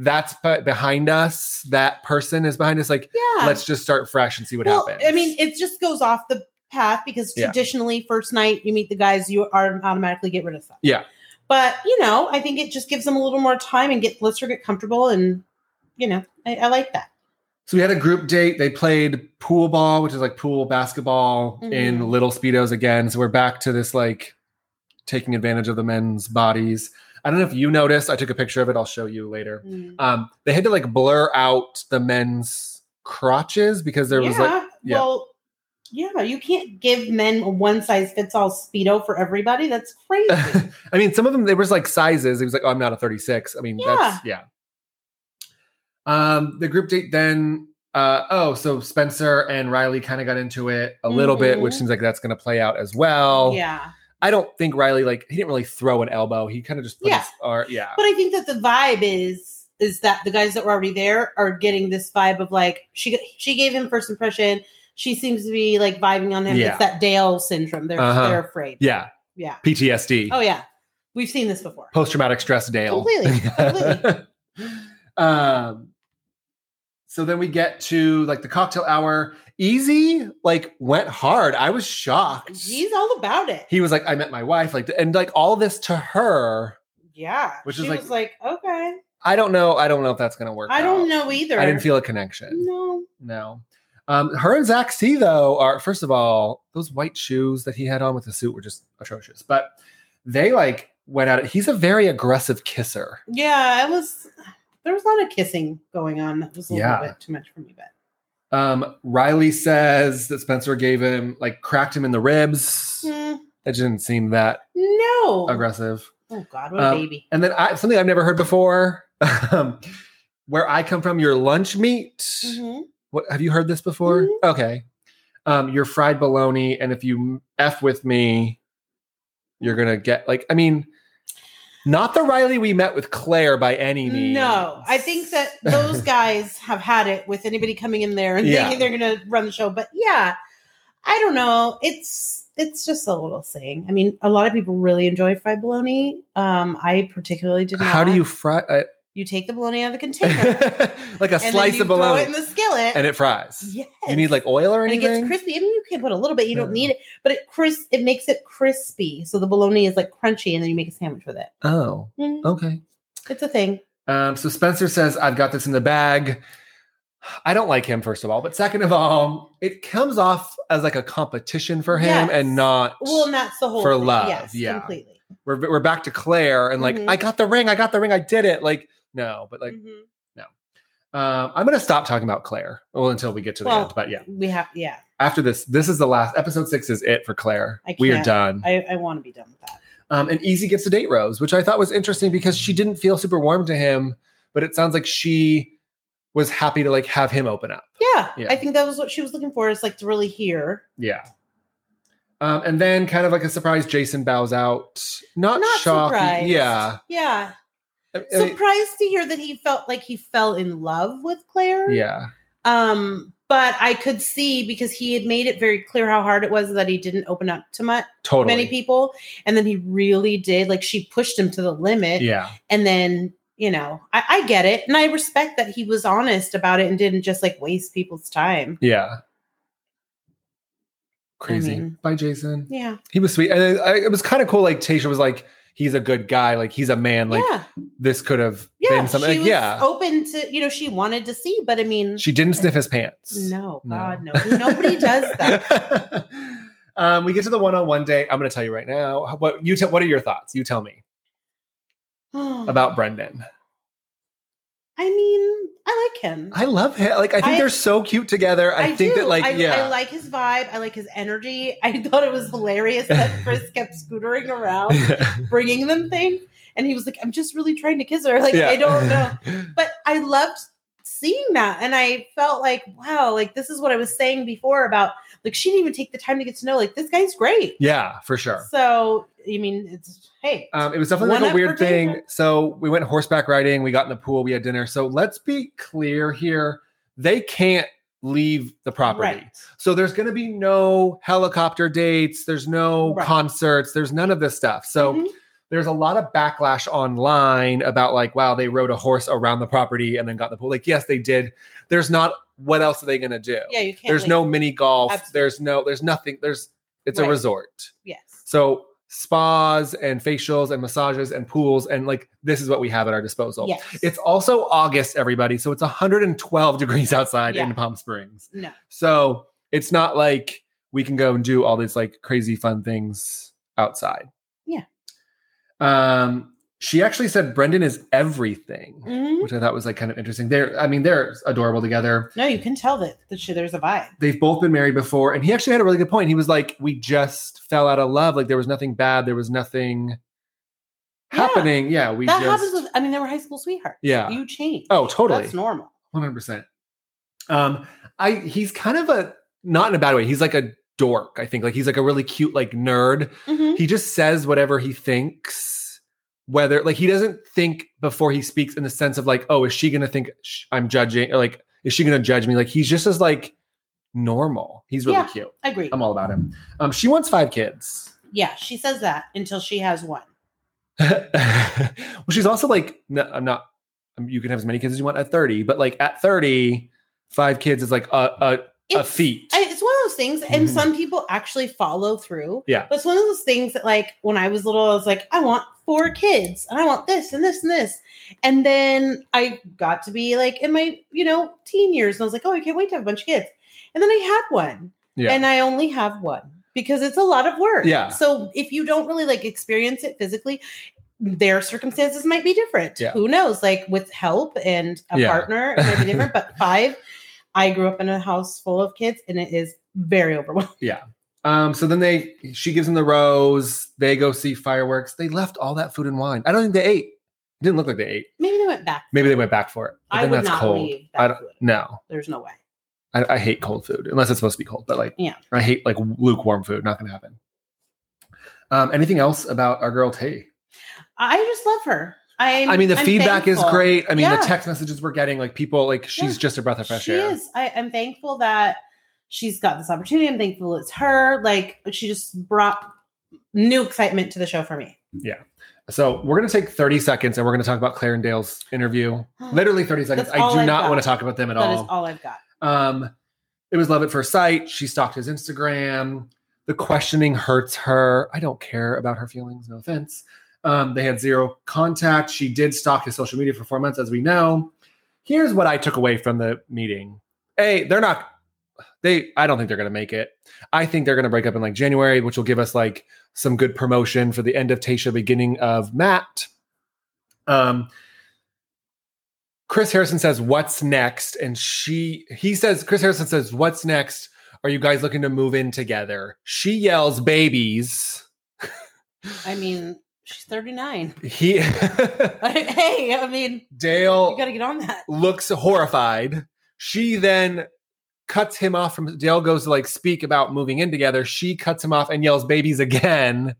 that's be- behind us. That person is behind us. Like, yeah. let's just start fresh and see what well, happens. I mean, it just goes off the path because Yeah. traditionally, first night you meet the guys, you are automatically get rid of stuff. Yeah. But you know, I think it just gives them a little more time and get lets her get comfortable, and you know, I, I like that. So we had a group date. They played pool ball, which is like pool basketball Mhm. in little speedos again. So we're back to this like taking advantage of the men's bodies. I don't know if you noticed. I took a picture of it. I'll show you Mm-hmm. later. Um, they had to like blur out the men's crotches because there was like yeah. well, yeah, you can't give men a one size fits all speedo for everybody. That's crazy. I mean, some of them there was like sizes. It was like, oh, I'm not a 36. I mean, that's yeah. Um, the group date then. Uh, oh, so Spencer and Riley kind of got into it a little bit, which Mhm. seems like that's going to play out as well. yeah, I don't think Riley like he didn't really throw an elbow. He kind of just put Yeah. his or yeah. but I think that the vibe is is that the guys that were already there are getting this vibe of like she she gave him first impression. She seems to be like vibing on him. Yeah. It's that Dale syndrome. They're Uh-huh. they're afraid. Yeah, Yeah. PTSD, Oh yeah, we've seen this before. post traumatic stress Dale. Completely, completely. um so then we get to like the cocktail hour. Easy like went hard. I was shocked. He's all about it. he was like, I met my wife, like, and like all this to her. Yeah, Which she is like- was like, okay, I don't know. I don't know if that's gonna work. I out. don't know Mm. either. I didn't feel a connection. no. No. Um, her and Zach C though are first of all those white shoes that he had on with the suit were just atrocious. But they like went at it. He's a very aggressive kisser. Yeah, it was. There was a lot of kissing going on. That was a Yeah. little bit too much for me, but Um, Riley says that Spencer gave him like cracked him in the ribs. Mm, That didn't seem that no. aggressive. Oh God, what a Um, baby. And then I, something I've never heard before. um, where I come from, your lunch meat. Mhm. What have you heard this before? Mhm. Okay. Um, your fried bologna, and if you f with me, you're gonna get like I mean, not the Riley we met with Claire by any means. No, I think that those guys have had it with anybody coming in there and Yeah. thinking they're going to run the show. But yeah, I don't know. It's it's just a little thing. I mean, a lot of people really enjoy fried bologna. Um, I particularly did not. How do you fry? Uh, You take the bologna out of the container like a and then slice you of throw bologna, it in the skillet. and it fries. yes. You need like oil or and it anything. gets crispy. I mean, you can put a little bit. You don't Yeah. need it, but it crisp. It makes it crispy. So the bologna is like crunchy, and then you make a sandwich with it. Oh, Mm, okay. It's a thing. Um, so Spencer says, I've got this in the bag. I don't like him, first of all. But second of all, it comes off as like a competition for him Yes. and not. Well, and that's the whole For thing. love, Yes, yeah. completely. we're, we're back to Claire and like, Mhm. I got the ring. I got the ring. I did it. Like, no, but like, Mhm. um, I'm going to stop talking about Claire. Well, until we get to the Mm. Well, end. But yeah, we have. Yeah, after this, this is the last episode six is it for Claire. I We are can't. done. I, I want to be done with that. Um, and Easy gets to date Rose, which I thought was interesting because she didn't feel super warm to him, but it sounds like she was happy to like have him open up. Yeah, Yeah. I think that was what she was looking for. Is like to really hear. Yeah. Um, and then kind of like a surprise, Jason bows out. Not, Not shocking. surprised. Yeah. Yeah, I- I mean, surprised to hear that he felt like he fell in love with Claire. yeah. Um, but I could see because he had made it very clear how hard it was that he didn't open up to much. Totally. many people and then he really did like she pushed him to the limit Yeah. and then you know I, I get it and i respect that he was honest about it and didn't just like waste people's time Yeah. Crazy. mean- Bye, Jason. yeah He was sweet. And I, it was kind of cool. Like Tasha was like, he's a good guy. Like he's a man. Like yeah this could have yeah been something. Like, she was uh, yeah. open to you know she wanted to see but i mean She didn't sniff his pants. no No. god no nobody does that um, we get to the one-on-one date. I'm going to tell you right now. What you? T- what are your thoughts? You tell me about Brendan. i mean i like him I love him. Like I think I- they're so cute together. I, think do. that like I, yeah, I like his vibe. I like his energy. I thought it was hilarious that Chris kept scootering around bringing them things. And he was like, I'm just really trying to kiss her. Like, Yeah. I don't know. But I loved seeing that. And I felt like, wow, like this is what I was saying before about like, she didn't even take the time to get to know, like, this guy's great. yeah, for sure. So, I mean, it's, hey, Um, it was definitely One like a up weird for Jason. thing. So we went horseback riding. We got in the pool. We had dinner. So let's be clear here: they can't leave the property. right. So there's going to be no helicopter dates. There's no Right. concerts. There's none of this stuff. So Mhm. there's a lot of backlash online about like, wow, they rode a horse around the property and then got the pool. Like, yes, they did. There's not. What else are they going to do? yeah, you can't. there's like- no mini golf. Absolutely. There's no. There's nothing. There's. It's a Right. resort. Yes. So spas and facials and massages and pools and like this is what we have at our disposal. Yes. It's also August, everybody. So it's 112 degrees outside Yeah. in Palm Springs. No. So it's not like we can go and do all these like crazy fun things outside. Yeah. Um, she actually said Brendan is everything, Mhm. which I thought was like kind of interesting. They're, I mean, they're adorable together. No, you can tell that, that she, there's a vibe. They've both been married before, and he actually had a really good point. He was like, "We just fell out of love. Like there was nothing bad. There was nothing Yeah. happening. Yeah, we that just happens with, I mean, they were high school sweethearts. yeah. You change. Oh, totally. That's normal. One hundred percent. Um, I he's kind of a not in a bad way. He's like a dork. I think like he's like a really cute like nerd. Mhm. He just says whatever he thinks. Whether like he doesn't think before he speaks in the sense of like, oh, is she gonna think sh- I'm judging? Or like, is she gonna judge me? Like he's just as like normal. He's really Yeah. cute. Agreed. I'm all about him. Um, she wants five kids. Yeah, she says that until she has one. well, she's also like, no, I'm not. um, You can have as many kids as you want at 30, but like at 30, five kids is like a a, a It's- feat. I, it's one of those things, and Mhm. some people actually follow through. Yeah. But it's one of those things that, like, when I was little, I was like, I want four kids, and I want this, and this, and this. And then I got to be like in my, you know, teen years, and I was like, oh, I can't wait to have a bunch of kids. And then I had one, yeah, and I only have one because it's a lot of work. Yeah. So if you don't really like experience it physically, their circumstances might be different. Yeah. Who knows? Like with help and a Yeah. partner, it might be different, but five. I grew up in a house full of kids, and it is very overwhelming. Um, so then they she gives him the rose. They go see fireworks. They left all that food and wine. I don't think they ate. didn't look like they ate. Maybe they went back. Maybe they went back for it. But I then would that's not cold. leave that I don't, food. no, There's no way. I, I hate cold food unless it's supposed to be cold. But like, Yeah. I hate like lukewarm food. Not gonna happen. Um, anything else about our girl T? I just love her. I I mean, the feedback is great. I mean, Yeah. the text messages we're getting, like people, like she's Yeah. just a breath of fresh she air. is. I, I'm thankful that she's got this opportunity. I'm thankful it's her. Like she just brought new excitement to the show for me. So we're gonna take 30 seconds and we're gonna talk about Claire and Dale's interview. Literally 30 seconds. That's I all do I've not got. want to talk about them at That all. is all I've got. Um, it was love at first sight. She stalked his Instagram. The questioning hurts her. I don't care about her feelings. No offense. Um, they had zero contact. She did stalk his social media for four months, as we know. Here's what I took away from the meeting: A, they're not. They, I don't think they're going to make it. I think they're going to break up in like January, which will give us like some good promotion for the end of Tasha, beginning of Matt. Um, Chris Harrison says, "What's next?" And she he says, "Chris Harrison says, what's next? Are you guys looking to move in together?" She yells, "Babies!" I mean, she's 39. He hey, I mean, Dale you got to get on that. looks horrified. She then cuts him off from Dale goes to like speak about moving in together. She cuts him off and yells babies again.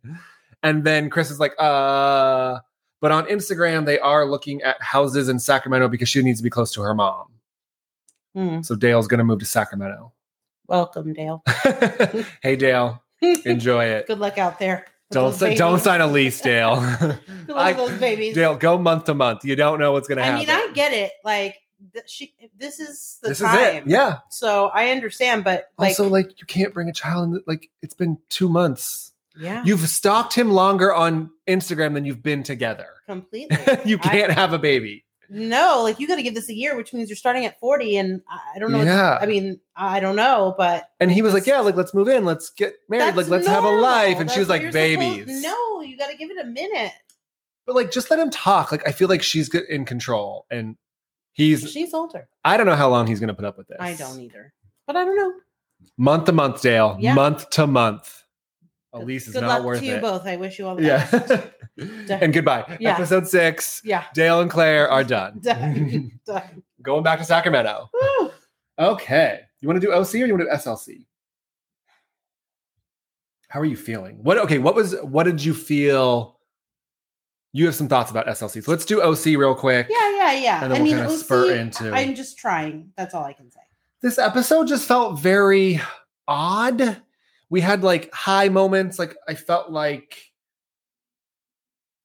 And then Chris is like, uh, but on Instagram, they are looking at houses in Sacramento because she needs to be close to her mom. Mm, So Dale's going to move to Sacramento. welcome, Dale. hey, Dale, Good enjoy it. luck out there. with Don't those si- don't babies. sign a lease, Dale. Good luck I- with those babies. Dale, go month to month. You don't know what's going to I happen. mean, I get it. Like th- she, this is the this time. is it. Yeah. So I understand, but like, also, like you can't bring a child. In, like it's been two months. yeah, You've stalked him longer on Instagram than you've been together. completely. you I- can't have a baby. no, like you got to give this a year, which means you're starting at 40, and I I don't know. Yeah. I mean, I don't know, but and he was like, "Yeah, like let's move in. Let's get married. Like that's let's have a normal. life." And That's she was what like, you're supposed- "Babies." no, you got to give it a minute. But like, just let him talk. Like I feel like she's good in control, and he's. She's older. I don't know how long he's going to put up with this. I don't either, but I don't know. Month to month, Dale. Yeah. Month to month. Good- Elise is Good not luck worth to you it. both. I wish you all the best. Yeah. and goodbye. Yeah. Episode six. Yeah. Dale and Claire are done. Done. Done. Going back to Sacramento. Woo. Okay. You want to do OC or you want to do SLC? How are you feeling? What okay, what was what did you feel? You have some thoughts about SLC. So let's do OC real quick. Yeah, yeah, yeah. And then we'll I mean, kinda OC, spur into- I'm just trying. That's all I can say. this episode just felt very odd. We had like high moments. Like I felt like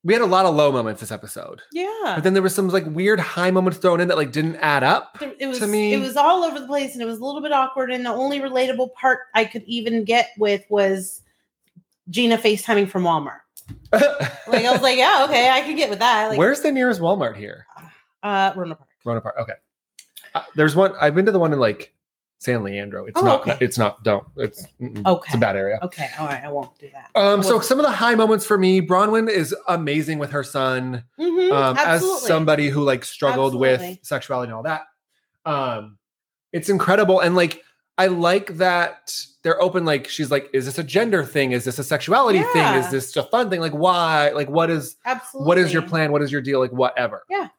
we had a lot of low moments this episode. Yeah. But then there was some like weird high moments thrown in that like didn't add up. There- it was to me- it was all over the place and it was a little bit awkward and the only relatable part I could even get with was Gina FaceTiming from Walmart. Like I was like, yeah, okay, I can get with that. Like Where's the nearest Walmart here? uh Rona Park. Rona Park. Okay. Uh, there's one. I've been to the one in like San Leandro. It's Oh, not. okay. It's not. Don't. It's. mm-mm. It's Okay. a bad area. Okay, all right, I won't do that. Um. So Well- some of the high moments for me, Bronwyn is amazing with her son. Mhm, um, as absolutely. somebody who like struggled with Absolutely. sexuality and all that. Um, it's incredible. And like, I like that they're open. Like, she's like, is this a gender thing? Is this a sexuality Yeah. thing? Is this a fun thing? Like, why? Like, what is, absolutely what is your plan? What is your deal? Like, whatever. Yeah.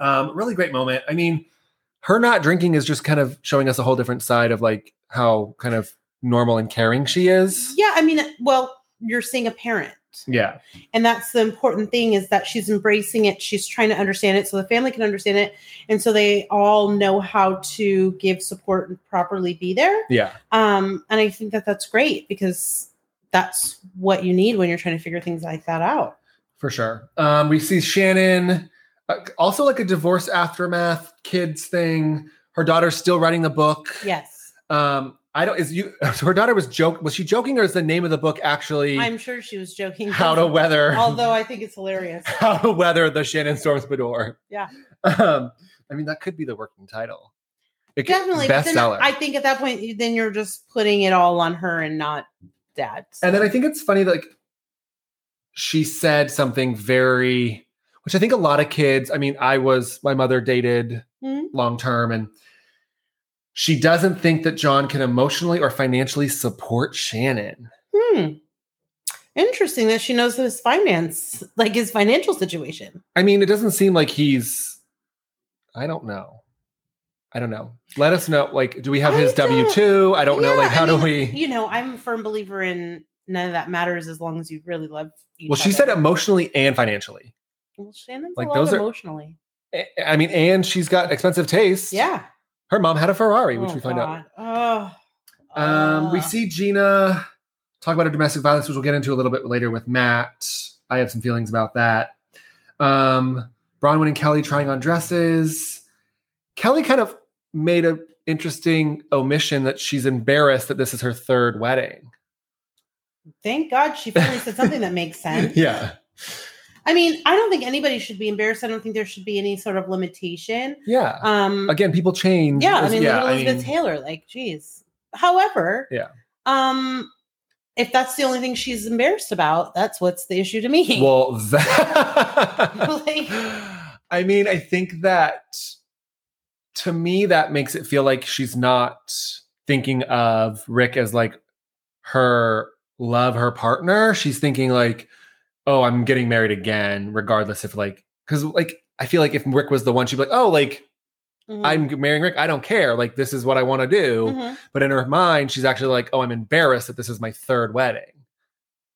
Um, really great moment. I mean, her not drinking is just kind of showing us a whole different side of like how kind of normal and caring she is. Yeah, I mean, well, you're seeing a parent. Yeah. And that's the important thing is that she's embracing it. She's trying to understand it so the family can understand it. And so they all know how to give support and properly be there. Yeah. Um, and I think that that's great because that's what you need when you're trying to figure things like that out. For sure. Um, we see Shannon, uh, also like a divorce aftermath kids thing. Her daughter's still writing the book. Yes. Um, I don't. Is you? So her daughter was joke. Was she joking, or is the name of the book actually I'm sure she was joking. how to weather? Although I think it's hilarious. how to weather the Shannon Storms Bedore? Yeah. Um, I mean that could be the working title. It could- Definitely. but then bestseller. I think at that point, you- then you're just putting it all on her and not dad. And then I think it's funny that like she said something very which I think a lot of kids, I mean, I was my mother dated Mhm. long term and She doesn't think that John can emotionally or financially support Shannon. Hmm. Interesting that she knows his finance, like his financial situation. I mean, it doesn't seem like he's. I don't know. I don't know. Let us know. Like, do we have I his don't- W two? I don't know. Yeah, Like, how I do mean, we? You know, I'm a firm believer in none of that matters as long as you really love. Each Well, she said other. emotionally and financially. Well, Shannon's like, a lot those are- emotionally. I- I mean, and she's got expensive tastes. Yeah. Her mom had a Ferrari, which Oh, we find out. God. Oh. Um, we Ah. see Gina talk about her domestic violence, which we'll get into a little bit later with Matt. I have some feelings about that. Um, Bronwyn and Kelly trying on dresses. Kelly kind of made an interesting omission that she's embarrassed that this is her third wedding. Thank God she finally said something that makes sense. yeah. I mean, I don't think anybody should be embarrassed. I don't think there should be any sort of limitation. Yeah. Um, Uh, Again, people change. yeah, I mean, look at I Elizabeth mean, Taylor, like, geez. However, Yeah. Um, if that's the only thing she's embarrassed about, that's what's the issue to me. Well, that. like, I mean, I think that to me, that makes it feel like she's not thinking of Rick as like her love, her partner. She's thinking like, oh, I'm getting married again, regardless if like, because like, I feel like if Rick was the one, she'd be like, oh, like, mhm, I'm marrying Rick. I don't care. Like, this is what I want to do. mhm. But in her mind, she's actually like, oh, I'm embarrassed that this is my third wedding.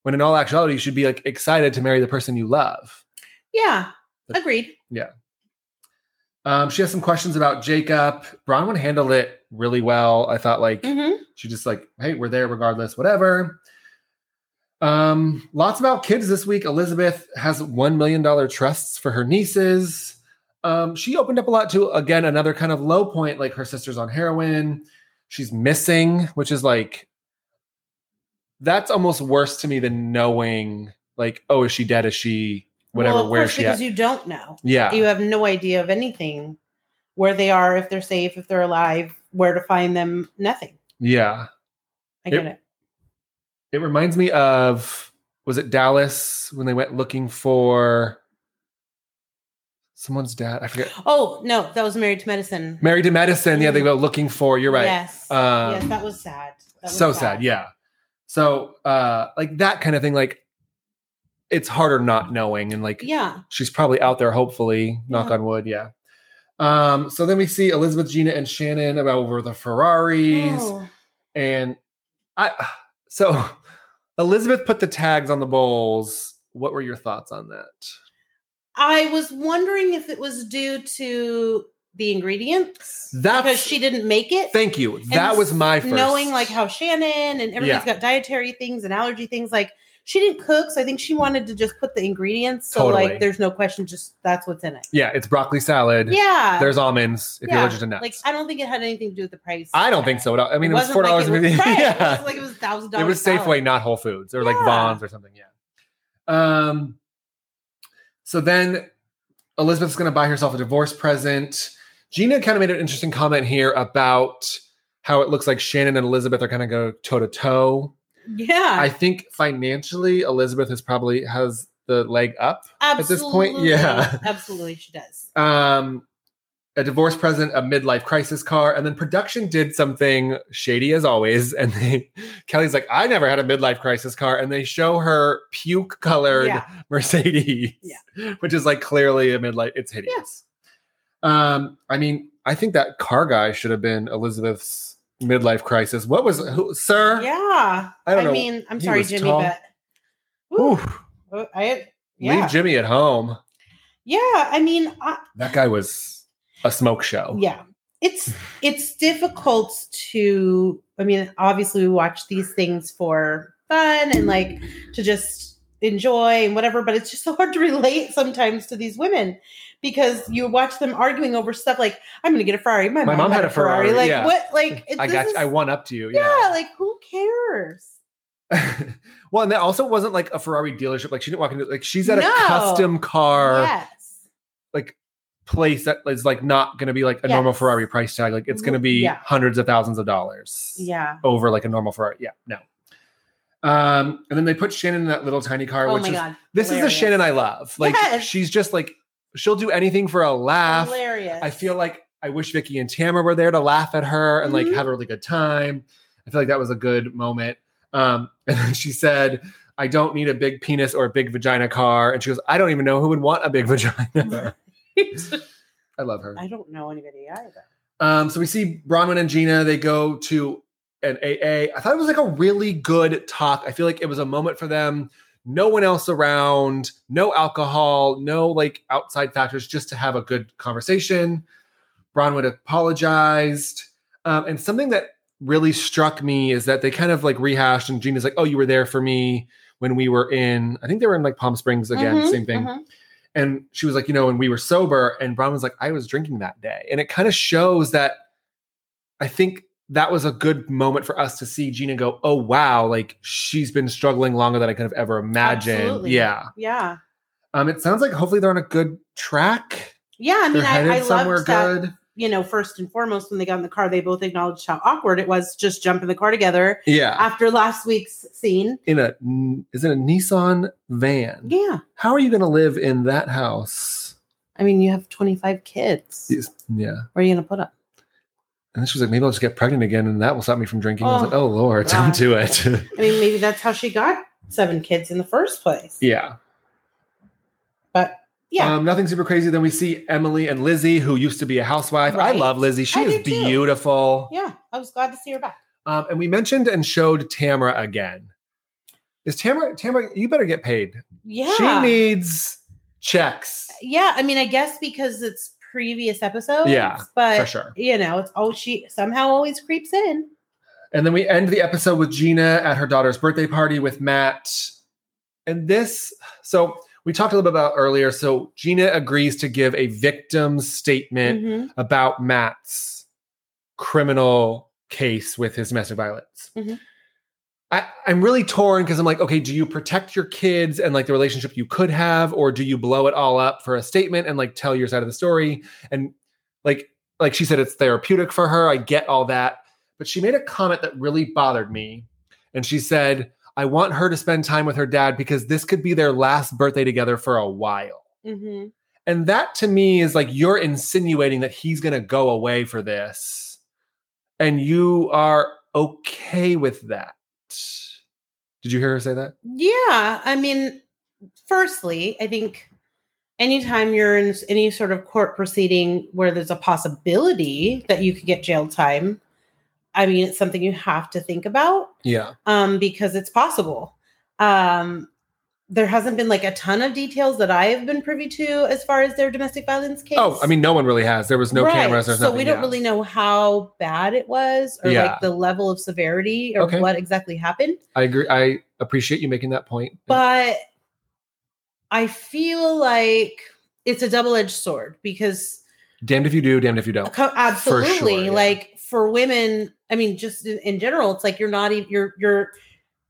When in all actuality, you should be like excited to marry the person you love. yeah, But- agreed. Um, she has some questions about Jacob. Bronwyn handled it really well. I thought like Mhm. she just like, hey, we're there regardless, whatever. Um, lots about kids this week. Elizabeth has one million dollar trusts for her nieces. Um, she opened up a lot to again another kind of low point, like her sister's on heroin. She's missing, which is like that's almost worse to me than knowing like, oh, is she dead? Is she whatever? Well, of where is course, she because at? you don't know. yeah, You have no idea of anything, where they are, if they're safe, if they're alive, where to find them. Nothing. yeah. I Yep. get it. It reminds me of was it Dallas when they went looking for someone's dad? I forget. Oh no, that was Married to Medicine. Married to Medicine. Yeah, they go looking for. You're right. Yes. Um, yes, that was sad. That was so sad. Yeah. So uh, like that kind of thing. Like it's harder not knowing, and like Yeah. she's probably out there. Hopefully, knock Yeah. on wood. Yeah. Um, so then we see Elizabeth, Gina, and Shannon about over the Ferraris. Oh, And I so Elizabeth put the tags on the bowls. What were your thoughts on that? I was wondering if it was due to the ingredients That's- because she didn't make it. Thank you. That And was my first Knowing like how Shannon and everybody's Yeah. got dietary things and allergy things, like she didn't cook, so I think she wanted to just put the ingredients. So Totally. like, there's no question, just that's what's in it. Yeah, it's broccoli salad. Yeah. There's almonds if you're Yeah. allergic to nuts. Like I don't think it had anything to do with the price. I don't think so at all. I mean, it was wasn't four dollars like and it was fifty. fresh. It Yeah, wasn't like it was thousand it dollars. was Safeway, not Whole Foods, or like Yeah. Vons or something. Yeah. Um. So then, Elizabeth's going to buy herself a divorce present. Gina kind of made an interesting comment here about how it looks like Shannon and Elizabeth are kind of go toe to toe. Yeah. I think financially, Elizabeth is probably has the leg up. Absolutely. at this point, yeah. Absolutely, she does. Um, a divorce present, a midlife crisis car, and then production did something shady as always. And they, Kelly's like, I never had a midlife crisis car, and they show her puke colored Yeah. Mercedes, which is like clearly a midlife. It's hideous. Um, I mean, I think that car guy should have been Elizabeth's midlife crisis. What was who, sir? Yeah. I don't know. mean, I'm He sorry, was Jimmy, tall. but Ooh, Ooh, oh, I yeah. Leave Jimmy at home. yeah, I mean, I, That guy was a smoke show. yeah. It's it's difficult to I mean, obviously we watch these things for fun and like to just enjoy and whatever, but it's just so hard to relate sometimes to these women because you watch them arguing over stuff like I'm going to get a Ferrari. My, mom, had, a Ferrari. Like yeah. what like it, I this got is- you. I won up to you. yeah, Yeah. like who cares? well, and that also wasn't like a Ferrari dealership. Like she didn't walk into like she's at No. a custom car yes. place that is like not going to be like a normal Yes. Ferrari price tag. Like it's going to be Yeah. hundreds of thousands of dollars Yeah. over like a normal Ferrari. Yeah. No. Um, and then they put Shannon in that little tiny car, Oh which my is god. this is Hilarious. a Shannon I love. Like Yes. she's just like she'll do anything for a laugh. Hilarious. I feel like I wish Vicky and Tamara were there to laugh at her and like Mhm. have a really good time. I feel like that was a good moment. Um, and then she said, I don't need a big penis or a big vagina car. And she goes, I don't even know who would want a big vagina. I love her. I don't know anybody either. Um, so we see Bronwyn and Gina. They go to an AA. I thought it was like a really good talk. I feel like it was a moment for them. No one else around, no alcohol, no like outside factors, just to have a good conversation. Bronwyn apologized. Um, and something that really struck me is that they kind of like rehashed, and Gina's like, Oh, you were there for me when we were in, I think they were in like Palm Springs again, Mhm, same thing. mhm. And she was like, you know, and we were sober. And Bronwyn was like, I was drinking that day. And it kind of shows that I think that was a good moment for us to see Gina go, oh, wow, like she's been struggling longer than I could have ever imagined. Absolutely. Yeah. Yeah. Um, it sounds like hopefully they're on a good track. Yeah. I mean, they're headed I, I somewhere loved that. good. You know, first and foremost, when they got in the car, they both acknowledged how awkward it was just jump in the car together Yeah. after last week's scene. In a is it a Nissan van? Yeah. How are you gonna live in that house? I mean, you have 25 kids. Yes. Yeah. Where are you going to put them? And then she was like, maybe I'll just get pregnant again and that will stop me from drinking. I was Oh, like, oh Lord, don't God. do it. I mean, maybe that's how she got seven kids in the first place. yeah. But yeah. Um, nothing super crazy. Then we see Emily and Lizzie, who used to be a housewife. I Right. love Lizzie. She I is do too. beautiful. yeah. I was glad to see her back. Um, and we mentioned and showed Tamara again. Is Tamara, Tamara, you better get paid. Yeah. She needs checks yeah. I mean, I guess because it's previous episodes. Yeah, But, for sure. you know, it's oh, she somehow always creeps in. And then we end the episode with Gina at her daughter's birthday party with Matt. And this, so we talked a little bit about earlier. So Gina agrees to give a victim statement Mhm, about Matt's criminal case with his domestic violence. Mhm. I, I'm really torn because I'm like, okay, do you protect your kids and like the relationship you could have, or do you blow it all up for a statement and like tell your side of the story? And like, like she said, it's therapeutic for her. I get all that. But she made a comment that really bothered me. And she said, I want her to spend time with her dad because this could be their last birthday together for a while. mhm. And that to me is like you're insinuating that he's going to go away for this. And you are okay with that. Did you hear her say that? Yeah. I mean, firstly, I think anytime you're in s- any sort of court proceeding where there's a possibility that you could get jail time, I mean, it's something you have to think about Yeah. um, because it's possible. Um, there hasn't been like a ton of details that I have been privy to as far as their domestic violence case. Oh, I mean, no one really has. There was no Right. cameras. There's so nothing. we don't yeah. really know how bad it was or Yeah. like the level of severity or Okay. what exactly happened. I agree. I appreciate you making that point. But I feel like it's a double edged sword because damned if you do, damned if you don't. Co- absolutely yeah. like for women i mean just in, in general it's like you're not even you're you're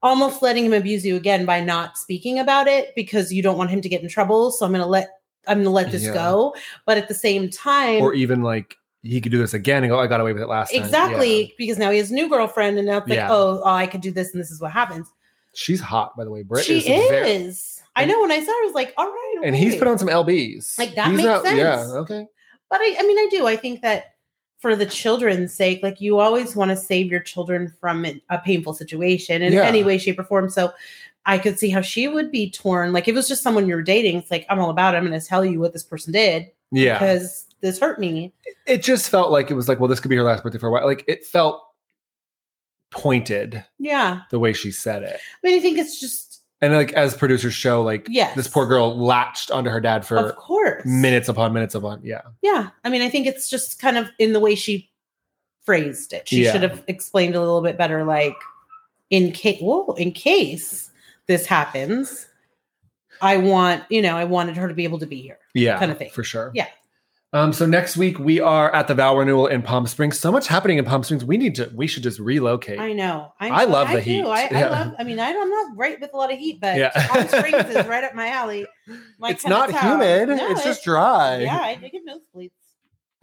almost letting him abuse you again by not speaking about it because you don't want him to get in trouble so i'm gonna let i'm gonna let this Yeah. go but at the same time Or even like he could do this again and go, I got away with it last time. exactly Yeah. because now he has a new girlfriend and now it's like Yeah. oh, oh i could do this and this is what happens She's hot, by the way. Brit she is very- i and- know when i saw her i was like all right and he's okay. put on some LBs. Like, that He's makes Yeah. sense. Okay. But I, I mean, I do. I think that for the children's sake, like you always want to save your children from it- a painful situation in Yeah. any way, shape, or form. So I could see how she would be torn. Like if it was just someone you're dating, it's like I'm all about. It. I'm going to tell you what this person did Yeah. because this hurt me. it just felt like it was like, well, this could be her last birthday for a while. Like it felt pointed Yeah, the way she said it. I mean, I think it's just And like as producers show, like Yes. this poor girl latched onto her dad of for course minutes upon minutes upon. Yeah. Yeah, I mean, I think it's just kind of in the way she phrased it. She Yeah. should have explained a little bit better, like in case, whoa, in case this happens, I want, you know, I wanted her to be able to be here. Yeah. Kind of thing. For sure. Yeah. Um, so next week we are at the Val Renewal in Palm Springs. So much happening in Palm Springs. We need to we should just relocate. I know. I'm, I love the heat. Do. I, Yeah. I love. I mean, I, am not right with a lot of heat, but Yeah. Palm Springs is right up my alley. My it's kinda not town. humid. No, it's it- just dry. Yeah, I I get nosebleeds.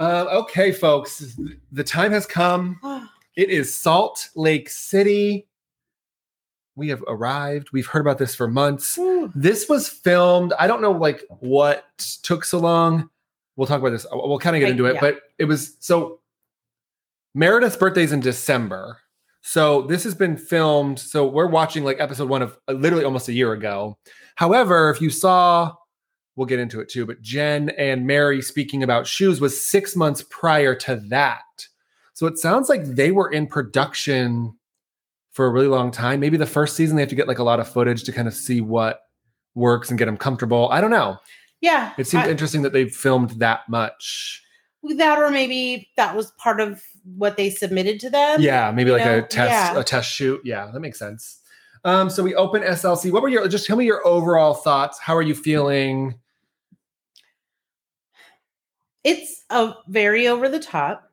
Um, okay, folks. The time has come. Oh, It is Salt Lake City. We have arrived. We've heard about this for months. whew. This was filmed. I don't know like what took so long. we'll talk about this. uh, We'll kind of get Right, into it, yeah. but it was so Meredith's birthday's in December. So this has been filmed. So we're watching like episode one of uh, literally almost a year ago. However, if you saw, we'll get into it too, but Jen and Mary speaking about shoes was six months prior to that. So it sounds like they were in production for a really long time. Maybe the first season they have to get like a lot of footage to kind of see what works and get them comfortable. I don't know. Yeah. It seems I- interesting that they filmed that much. that or maybe that was part of what they submitted to them. Yeah, maybe Um, you like a know, test yeah. a test shoot. Yeah, that makes sense. Um, so we open SLC. What were your just tell me your overall thoughts? How are you feeling? It's a very over the top.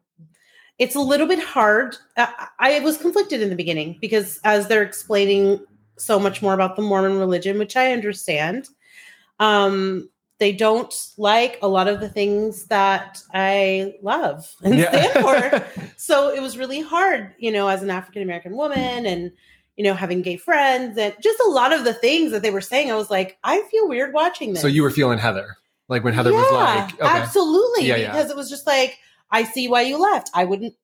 It's a little bit hard. I, I was conflicted in the beginning because as they're explaining so much more about the Mormon religion, which I understand, um, they don't like a lot of the things that I love and stand for. so it was really hard, you know, as an African American woman and, you know, having gay friends and just a lot of the things that they were saying. I was like, I feel weird watching this. so you were feeling Heather, like when Heather was like, okay, absolutely. Yeah, yeah. because it was just like, I see why you left. I wouldn't,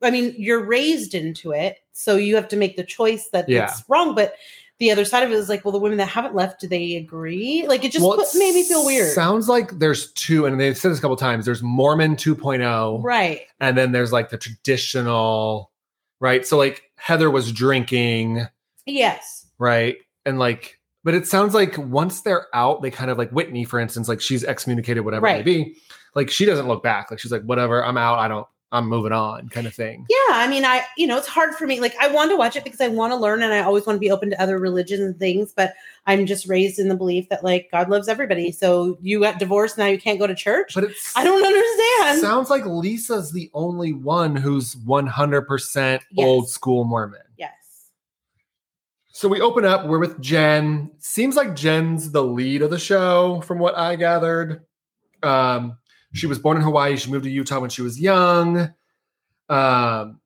I mean, you're raised into it. So you have to make the choice that Yeah. it's wrong. But the other side of it is like, well, the women that haven't left, do they agree? Like it just Well, it put- made me feel weird. Sounds like there's two, and they've said this a couple times. There's Mormon 2.0, right. and then there's like the traditional, right? So like Heather was drinking, Yes. right? And like, but it sounds like once they're out, they kind of like Whitney, for instance, like she's excommunicated, whatever it Right. may be. Like she doesn't look back. Like she's like, whatever, I'm out. I don't. I'm moving on, kind of thing. Yeah, I mean, I you know, it's hard for me. Like, I want to watch it because I want to learn, and I always want to be open to other religions and things. But I'm just raised in the belief that like God loves everybody. So you got divorced now, you can't go to church. But it's I don't understand. sounds like Lisa's the only one who's 100 percent Yes. old school Mormon. yes, So we open up. We're with Jen. Seems like Jen's the lead of the show, from what I gathered. Um, she was born in Hawaii. She moved to Utah when she was young. Um,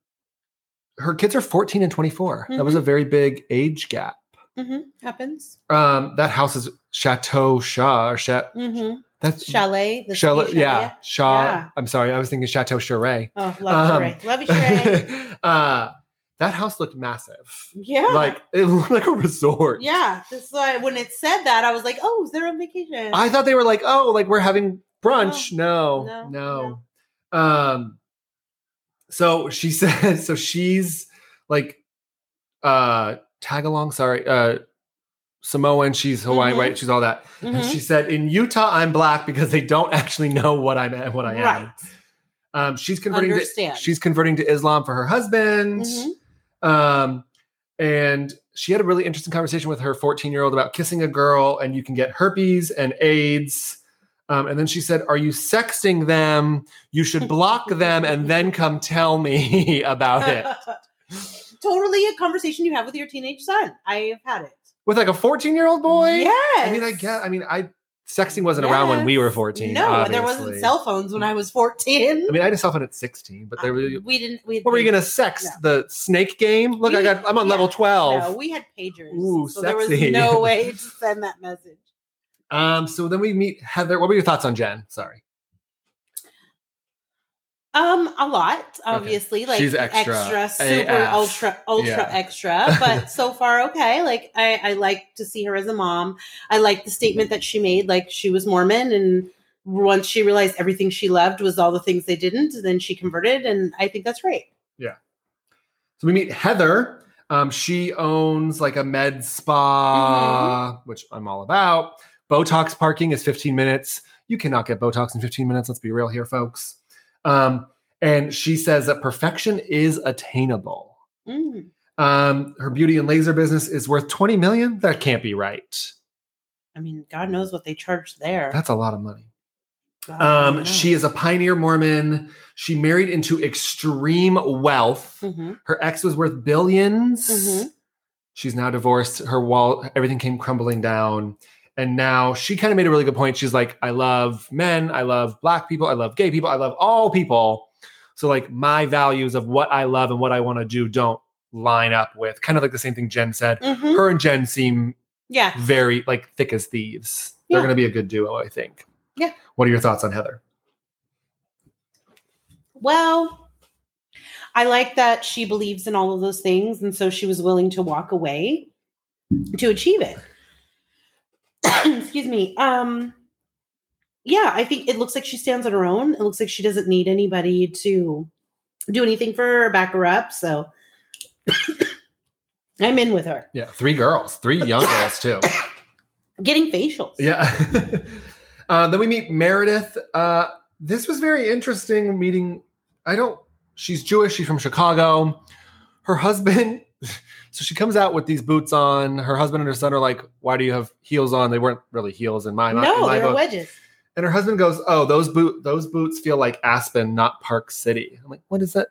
her kids are 14 and 24. That Mm-hmm. was a very big age gap. hmm happens. Um, that house is Chateau Shaw. Or Cha- hmm that's Chalet, the ski Mm-hmm. Chalet- yeah, Shaw. Yeah. I'm sorry, I was thinking Chateau Charay. Oh, love Um, um, love you, Sheree. uh, that house looked massive. Yeah, Like it looked like a resort. yeah. This is why when it said that, I was like, oh, they're on vacation. I thought they were like, oh, like we're having brunch. No, no, No, Um, so she says, so she's like, uh, tag along. Sorry, uh, Samoan. She's Hawaiian, Mhm. right? She's all that. And Mhm. she said, in Utah, I'm black because they don't actually know what I'm what I am. right. Um, she's converting. To, Understand. she's converting to Islam for her husband. Mhm. Um, and she had a really interesting conversation with her 14 year old about kissing a girl and you can get herpes and AIDS. Um, and then she said, Are you sexting them? You should block them and then come tell me about it. totally a conversation you have with your teenage son. I have had it. With like a 14 year old boy? Yes. I mean, I guess, I mean, I sexting wasn't around when we were Yes. 14. No, obviously. there wasn't cell phones when I was 14. I mean, I had a cell phone at 16, but there was. we didn't. We What were you going to sex? The snake game? Look, I got, I'm on Yeah. level 12. No, we had pagers. Ooh, so there was sexy. no way to send that message. Um, so then we meet Heather. What were your thoughts on Jen? Sorry. Um, a lot, obviously. Like She's extra. super, AF. ultra, ultra Yeah. extra. But so far, okay. Like I, I like to see her as a mom. I like the Mm-hmm. statement that she made. Like she was Mormon, and once she realized everything she loved was all the things they didn't, then she converted, and I think that's right. So we meet Heather. Um, she owns like a med spa, which I'm all about. Botox parking is 15 minutes. You cannot get Botox in 15 minutes. Let's be real here, folks. Um, and she says that perfection is attainable. Mm, Um, her beauty and laser business is worth 20 million. That can't be right. I mean, God knows what they charge there. That's a lot of money. God, I Um, don't she is a pioneer Mormon. She married into extreme wealth. know. Mhm. Her ex was worth 1000000000s Mhm. She's now divorced. Her wall, everything came crumbling down. And now she kind of made a really good point. She's like, I love men. I love black people. I love gay people. I love all people. So, like, my values of what I love and what I want to do don't line up with kind of like the same thing Jen said. Mhm. Her and Jen seem Yeah. very like thick as thieves. Yeah. They're going to be a good duo, I think. Yeah. What are your thoughts on Heather? well, I like that she believes in all of those things. And so she was willing to walk away to achieve it. Excuse me. Um, yeah, I think it looks like she stands on her own. It looks like she doesn't need anybody to do anything for her or back her up. So I'm in with her. Yeah, three girls, three young girls too. Getting facials. Yeah. uh, then we meet Meredith. Uh, this was very interesting meeting. I don't. She's Jewish. She's from Chicago. Her husband. So she comes out with these boots on. Her husband and her son are like, "Why do you have heels on?" They weren't really heels in my mind. in no, my they're book. wedges. And her husband goes, "Oh, those boot those boots feel like Aspen, not Park City." I'm like, "What is that?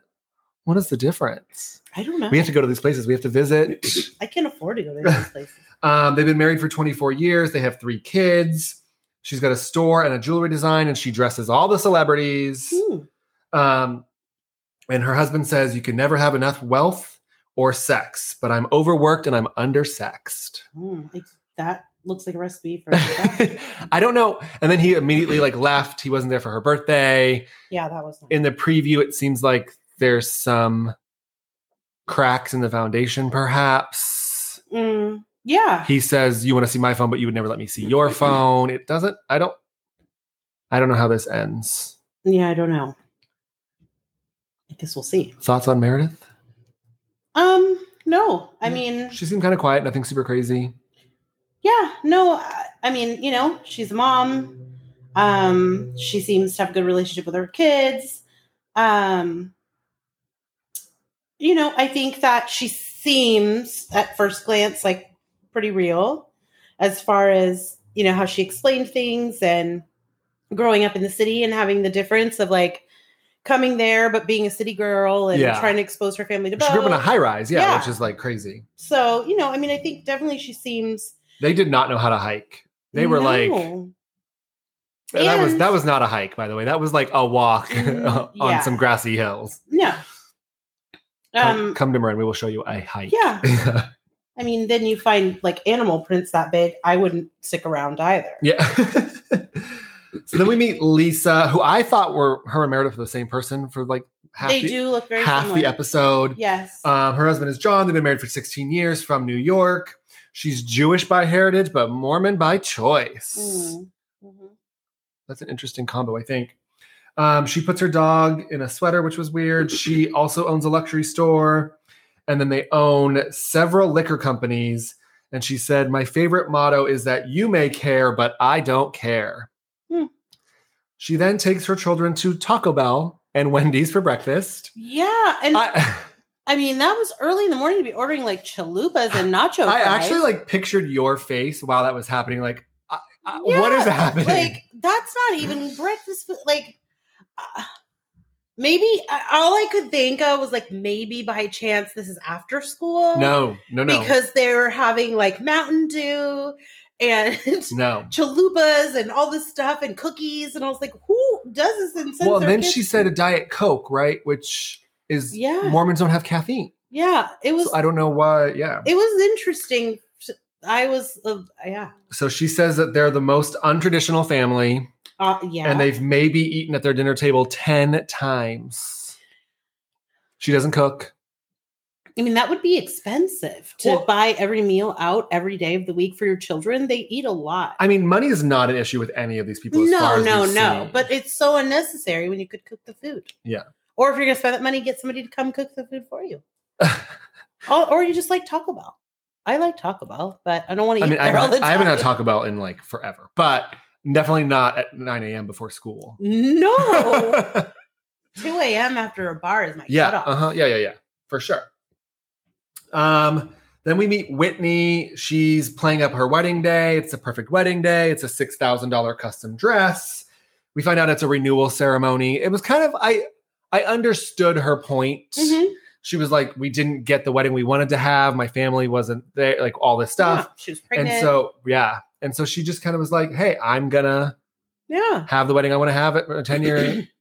What is the difference? I don't know. We have to go to these places. We have to visit." I can't afford to go to these places. Um, they've been married for 24 years. They have three kids. She's got a store and a jewelry design, and she dresses all the celebrities. Hmm. Um, and her husband says, "You can never have enough wealth or sex, but I'm overworked and I'm undersexed." Hmm. Like, that looks like a recipe for. I don't know. And then he immediately like left. He wasn't there for her birthday. yeah, that was. Nice. in the preview, it seems like there's some cracks in the foundation, perhaps. Mm, yeah. He says, You want to see my phone, but you would never let me see your phone. It doesn't, I don't, I don't know how this ends. Yeah, I don't know. I guess we'll see. Thoughts on Meredith? Um, no. I Yeah. mean, She seemed kind of quiet, nothing super crazy. yeah, no. I- I mean, you know, she's a mom. Um, she seems to have a good relationship with her kids. Um, you know, I think that she seems at first glance like pretty real as far as, you know, how she explained things and growing up in the city and having the difference of like coming there but being a city girl and Yeah. trying to expose her family to She grew up in a both. high rise, yeah, Yeah. which is like crazy. So, you know, I mean, I think definitely she seems They did not know how to hike. They were like, No. that was And- that was not a hike, by the way. That was like a walk Mm, on yeah. some grassy hills. No. Come- Um come to Marin, we will show you a hike. yeah. I mean, then you find like animal prints that big. I wouldn't stick around either. Yeah. so then we meet Lisa, who I thought were her and Meredith were the same person for like half they the, do look very half similar. the episode. Yes. Um, her husband is John. They've been married for 16 years from New York. She's Jewish by heritage, but Mormon by choice. Mm. Mhm. That's an interesting combo, I think. Um, she puts her dog in a sweater, which was weird. She also owns a luxury store. And then they own several liquor companies. And she said, My favorite motto is that you may care, but I don't care. Hmm. She then takes her children to Taco Bell and Wendy's for breakfast. Yeah, and I, I, mean that was early in the morning to be ordering like chalupas and nacho. I fries. actually like pictured your face while that was happening. Like, I, I, what Yeah, is happening? like that's not even breakfast food. Like uh, maybe I- all I could think of was like maybe by chance this is after school. no, no, no, because they were having like Mountain Dew and no. chalupas and all this stuff and cookies. And I was like, who does this? And sends Well, their then kids- she said a diet coke, right? Which is Yeah. Mormons don't have caffeine. yeah, it was, So I don't know why. Yeah. it was interesting. I was, uh, yeah, So she says that they're the most untraditional family, uh, yeah. and they've maybe eaten at their dinner table ten times. She doesn't cook. I mean, that would be expensive to Well- buy every meal out every day of the week for your children. They eat a lot. I mean, money is not an issue with any of these people. As far no, as no, we've no. seen. But it's so unnecessary when you could cook the food. Yeah. Or if you're going to spend that money, get somebody to come cook the food for you. or, or you just like Taco Bell. I like Taco Bell, but I don't want to I eat mean, I there all haven't, the time. I haven't had Taco Bell in like forever, but definitely not at nine a.m. before school. No, 2 a.m. after a bar is my Yeah. cutoff. Uh huh. Yeah. Yeah. Yeah. For sure. Um. Then we meet Whitney. She's playing up her wedding day. It's a perfect wedding day. It's a six thousand dollar custom dress. We find out it's a renewal ceremony. It was kind of I. I understood her point. Mhm. She was like, "We didn't get the wedding we wanted to have. My family wasn't there. Like all this stuff." Yeah, She was pregnant. And so, yeah. And so she just kind of was like, "Hey, I'm gonna yeah, have the wedding I want to have at a ten year."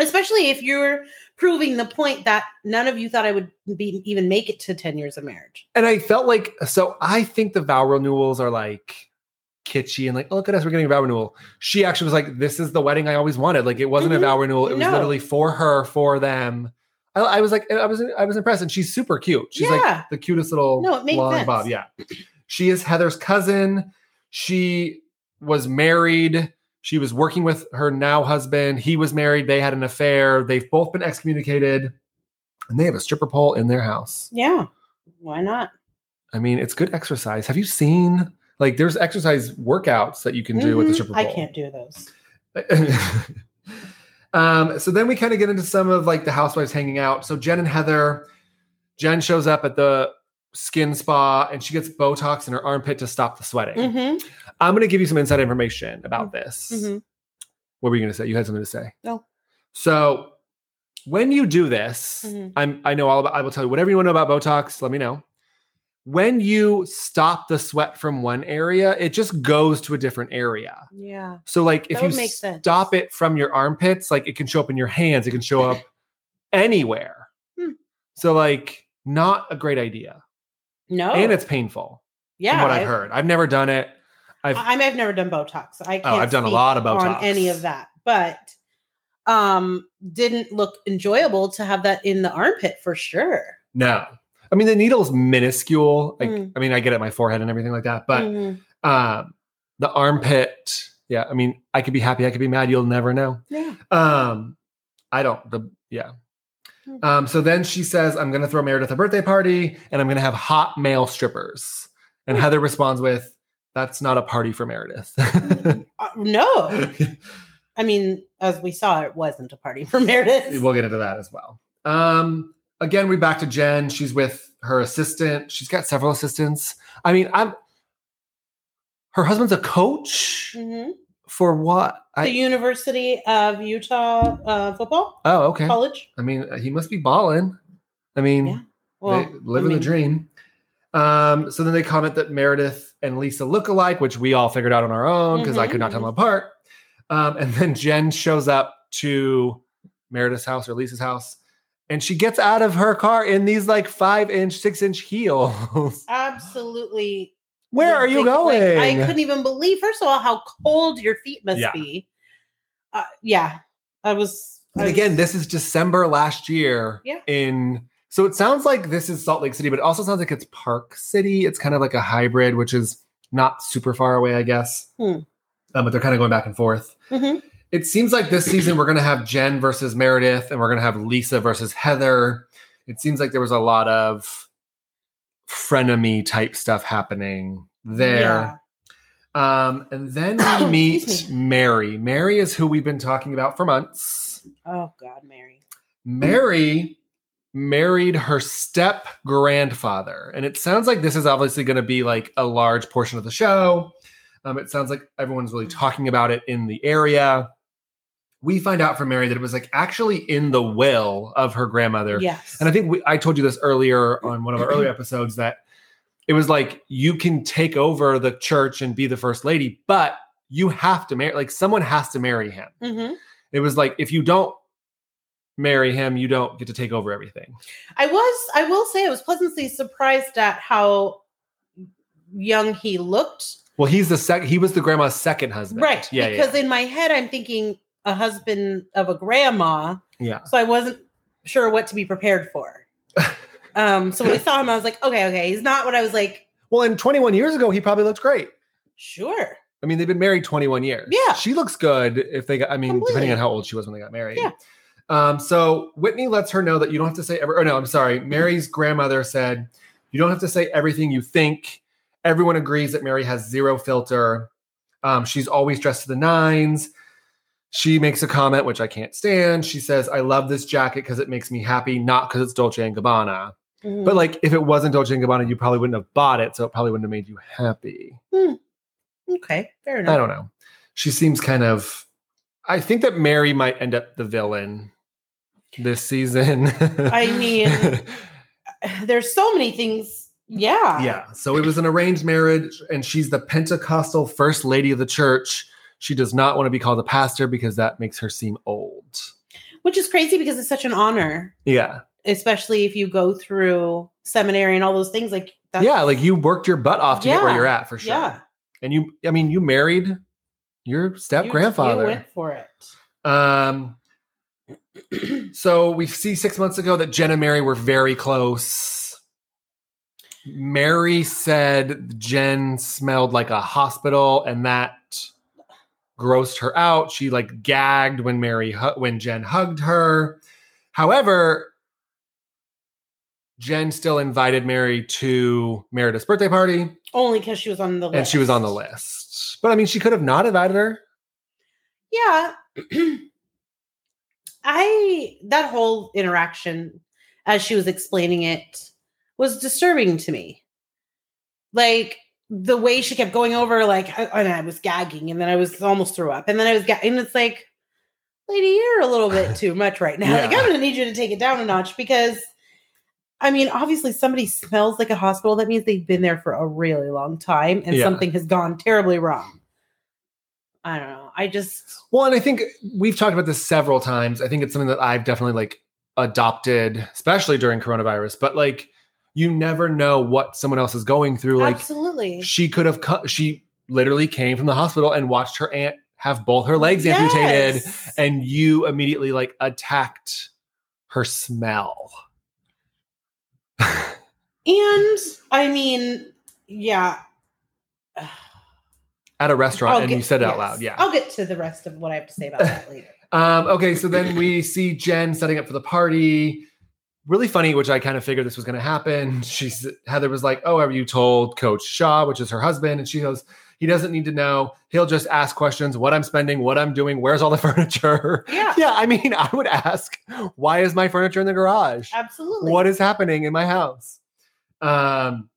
especially if you're proving the point that none of you thought I would be even make it to 10 years of marriage. and I felt like so I think the vow renewals are like kitschy and like, oh, look at us, we're getting a vow renewal. She actually was like, this is the wedding I always wanted. Like, it wasn't Mhm. a vow renewal; it was No. literally for her, for them. I, I was like, I was, I was impressed, and she's super cute. She's Yeah. like the cutest little No, it made blonde sense. bob. Yeah, she is Heather's cousin. She was married. She was working with her now husband. He was married. They had an affair. They've both been excommunicated, and they have a stripper pole in their house. Yeah. Why not? I mean, it's good exercise. Have you seen like there's exercise workouts that you can do with the Mhm. stripper pole? I can't do those. um, so then we kind of get into some of like the housewives hanging out. So Jen and Heather, Jen shows up at the skin spa and she gets Botox in her armpit to stop the sweating. Mm-hmm. I'm going to give you some inside information about this. Mhm. What were you going to say? You had something to say. No. So when you do this, Mhm. I'm I know all about I will tell you whatever you want to know about Botox, let me know. When you stop the sweat from one area, it just goes to a different area. Yeah. So like if That you would make sense. stop it from your armpits, like it can show up in your hands, it can show up anywhere. Hmm. So like not a great idea. No. And it's painful Oh. yeah. from what I've I- heard. I've never done it. I've- I, I mean, I've never done Botox. I can't Oh, I've done a speak lot of Botox. on any of that, but um, didn't look enjoyable to have that in the armpit for sure. No. I mean, the needle's minuscule. Like, Mm. I mean, I get at my forehead and everything like that, but Mhm. um, the armpit, yeah. I mean, I could be happy, I could be mad. You'll never know. yeah, Um, I don't. The yeah. Mm. Um, so then she says, "I'm going to throw Meredith a birthday party, and I'm going to have hot male strippers." And Heather responds with, "That's not a party for Meredith." Uh, no. we'll I mean, as we saw, it wasn't a party for Meredith. get into that as well. Um, again, we're back to Jen. She's with her assistant. She's got several assistants. I mean, I'm. Her husband's a coach Mhm. for what? the I, University of Utah uh, football oh, okay. college. I mean, uh, he must be balling. I mean, Yeah. they- Well, living I mean, the dream. Um, so then they comment that Meredith and Lisa look alike, which we all figured out on our own because I could Mm-hmm. not tell them apart. Um, and then Jen shows up to Meredith's house or Lisa's house, and she gets out of her car in these like five inch, six inch heels. Absolutely. Where are you ridiculous. going? I couldn't even believe. First of all, how cold your feet must Yeah. be. Uh, yeah, I was. I And was- again, this is December last year. Yeah. In so it sounds like this is Salt Lake City, but it also sounds like it's Park City. It's kind of like a hybrid, which is not super far away, I guess. Hmm. Um, but they're kind of going back and forth. Mhm. It seems like this season we're going to have Jen versus Meredith, and we're going to have Lisa versus Heather. It seems like there was a lot of frenemy type stuff happening there. Yeah. Um, and then we meet Excuse Mary. Mary is who we've been talking about for months. Oh God, Mary. Mary married her step grandfather. And it sounds like this is obviously going to be like a large portion of the show. Um, it sounds like everyone's really talking about it in the area. We find out from Mary that it was like actually in the will of her grandmother. Yes. And I think we, I told you this earlier on one of our earlier episodes that it was like you can take over the church and be the first lady, but you have to marry, like someone has to marry him Mhm. it was like if you don't marry him you don't get to take over everything I was. I will say, I was pleasantly surprised at how young he looked. well he's the sec he was the grandma's second husband Right. yeah because yeah, in my head, I'm thinking a husband of a grandma. Yeah. So I wasn't sure what to be prepared for. um. So when I saw him, I was like, okay, okay, he's not what I was like. well and 21 years ago he probably looked great Sure. i mean they've been married 21 years Yeah. she looks good if they got i mean depending Completely. on how old she was when they got married Yeah. um so whitney lets her know that you don't have to say ever or no i'm sorry Mm-hmm. mary's grandmother said you don't have to say everything you think everyone agrees that mary has zero filter um she's always dressed to the nines She makes a comment which I can't stand. She says, "I love this jacket because it makes me happy, not because it's Dolce and Gabbana." Mhm. But like, if it wasn't Dolce and Gabbana, you probably wouldn't have bought it, so it probably wouldn't have made you happy. okay, fair enough. I don't know. She seems kind of. I think that Mary might end up the villain this season. I mean- There's so many things. Yeah. yeah. So it was an arranged marriage, and she's the Pentecostal first lady of the church. She does not want to be called a pastor because that makes her seem old. Which is crazy because it's such an honor, Yeah. especially if you go through seminary and all those things. Like, yeah, like you worked your butt off to get where Yeah, you're at for sure. yeah. And you, I mean, you married your step You- grandfather. You went for it. Um, so we see six months ago that Jen and Mary were very close. Mary said Jen smelled like a hospital, and that grossed her out. She like gagged when Mary hu- when Jen hugged her. However, Jen still invited Mary to Meredith's birthday party, Only because she was on the list. and she was on the list. But I mean, she could have not invited her. Yeah. I that whole interaction as she was explaining it was disturbing to me. Like the way she kept going over, like, I- and I was gagging, and then I was almost threw up, and then I was, ga- and it's like, lady, you're a little bit too much right now. Like, Yeah. I'm gonna need you to take it down a notch because, I mean, obviously, somebody smells like a hospital. That means they've been there for a really long time, and Yeah. something has gone terribly wrong. I don't know. I just Well, and I think we've talked about this several times. I think it's something that I've definitely like adopted, especially during coronavirus. But like, you never know what someone else is going through. Like, absolutely. she could have co- she literally came from the hospital and watched her aunt have both her legs amputated, Yes. and you immediately like attacked her smell. And I mean, yeah. At a restaurant, I'll and get- you said it Oh, yes. out loud. Yeah. I'll get to the rest of what I have to say about that later. Um, okay, so then we see Jen setting up for the party. Really funny, which I kind of figured this was going to happen. She's Heather was like, "Oh, have you told Coach Shaw, which is her husband?" And she goes, "He doesn't need to know. He'll just ask questions: what I'm spending, what I'm doing, where's all the furniture." Yeah, yeah, I mean, I would ask, "Why is my furniture in the garage? absolutely. What is happening in my house?" Um,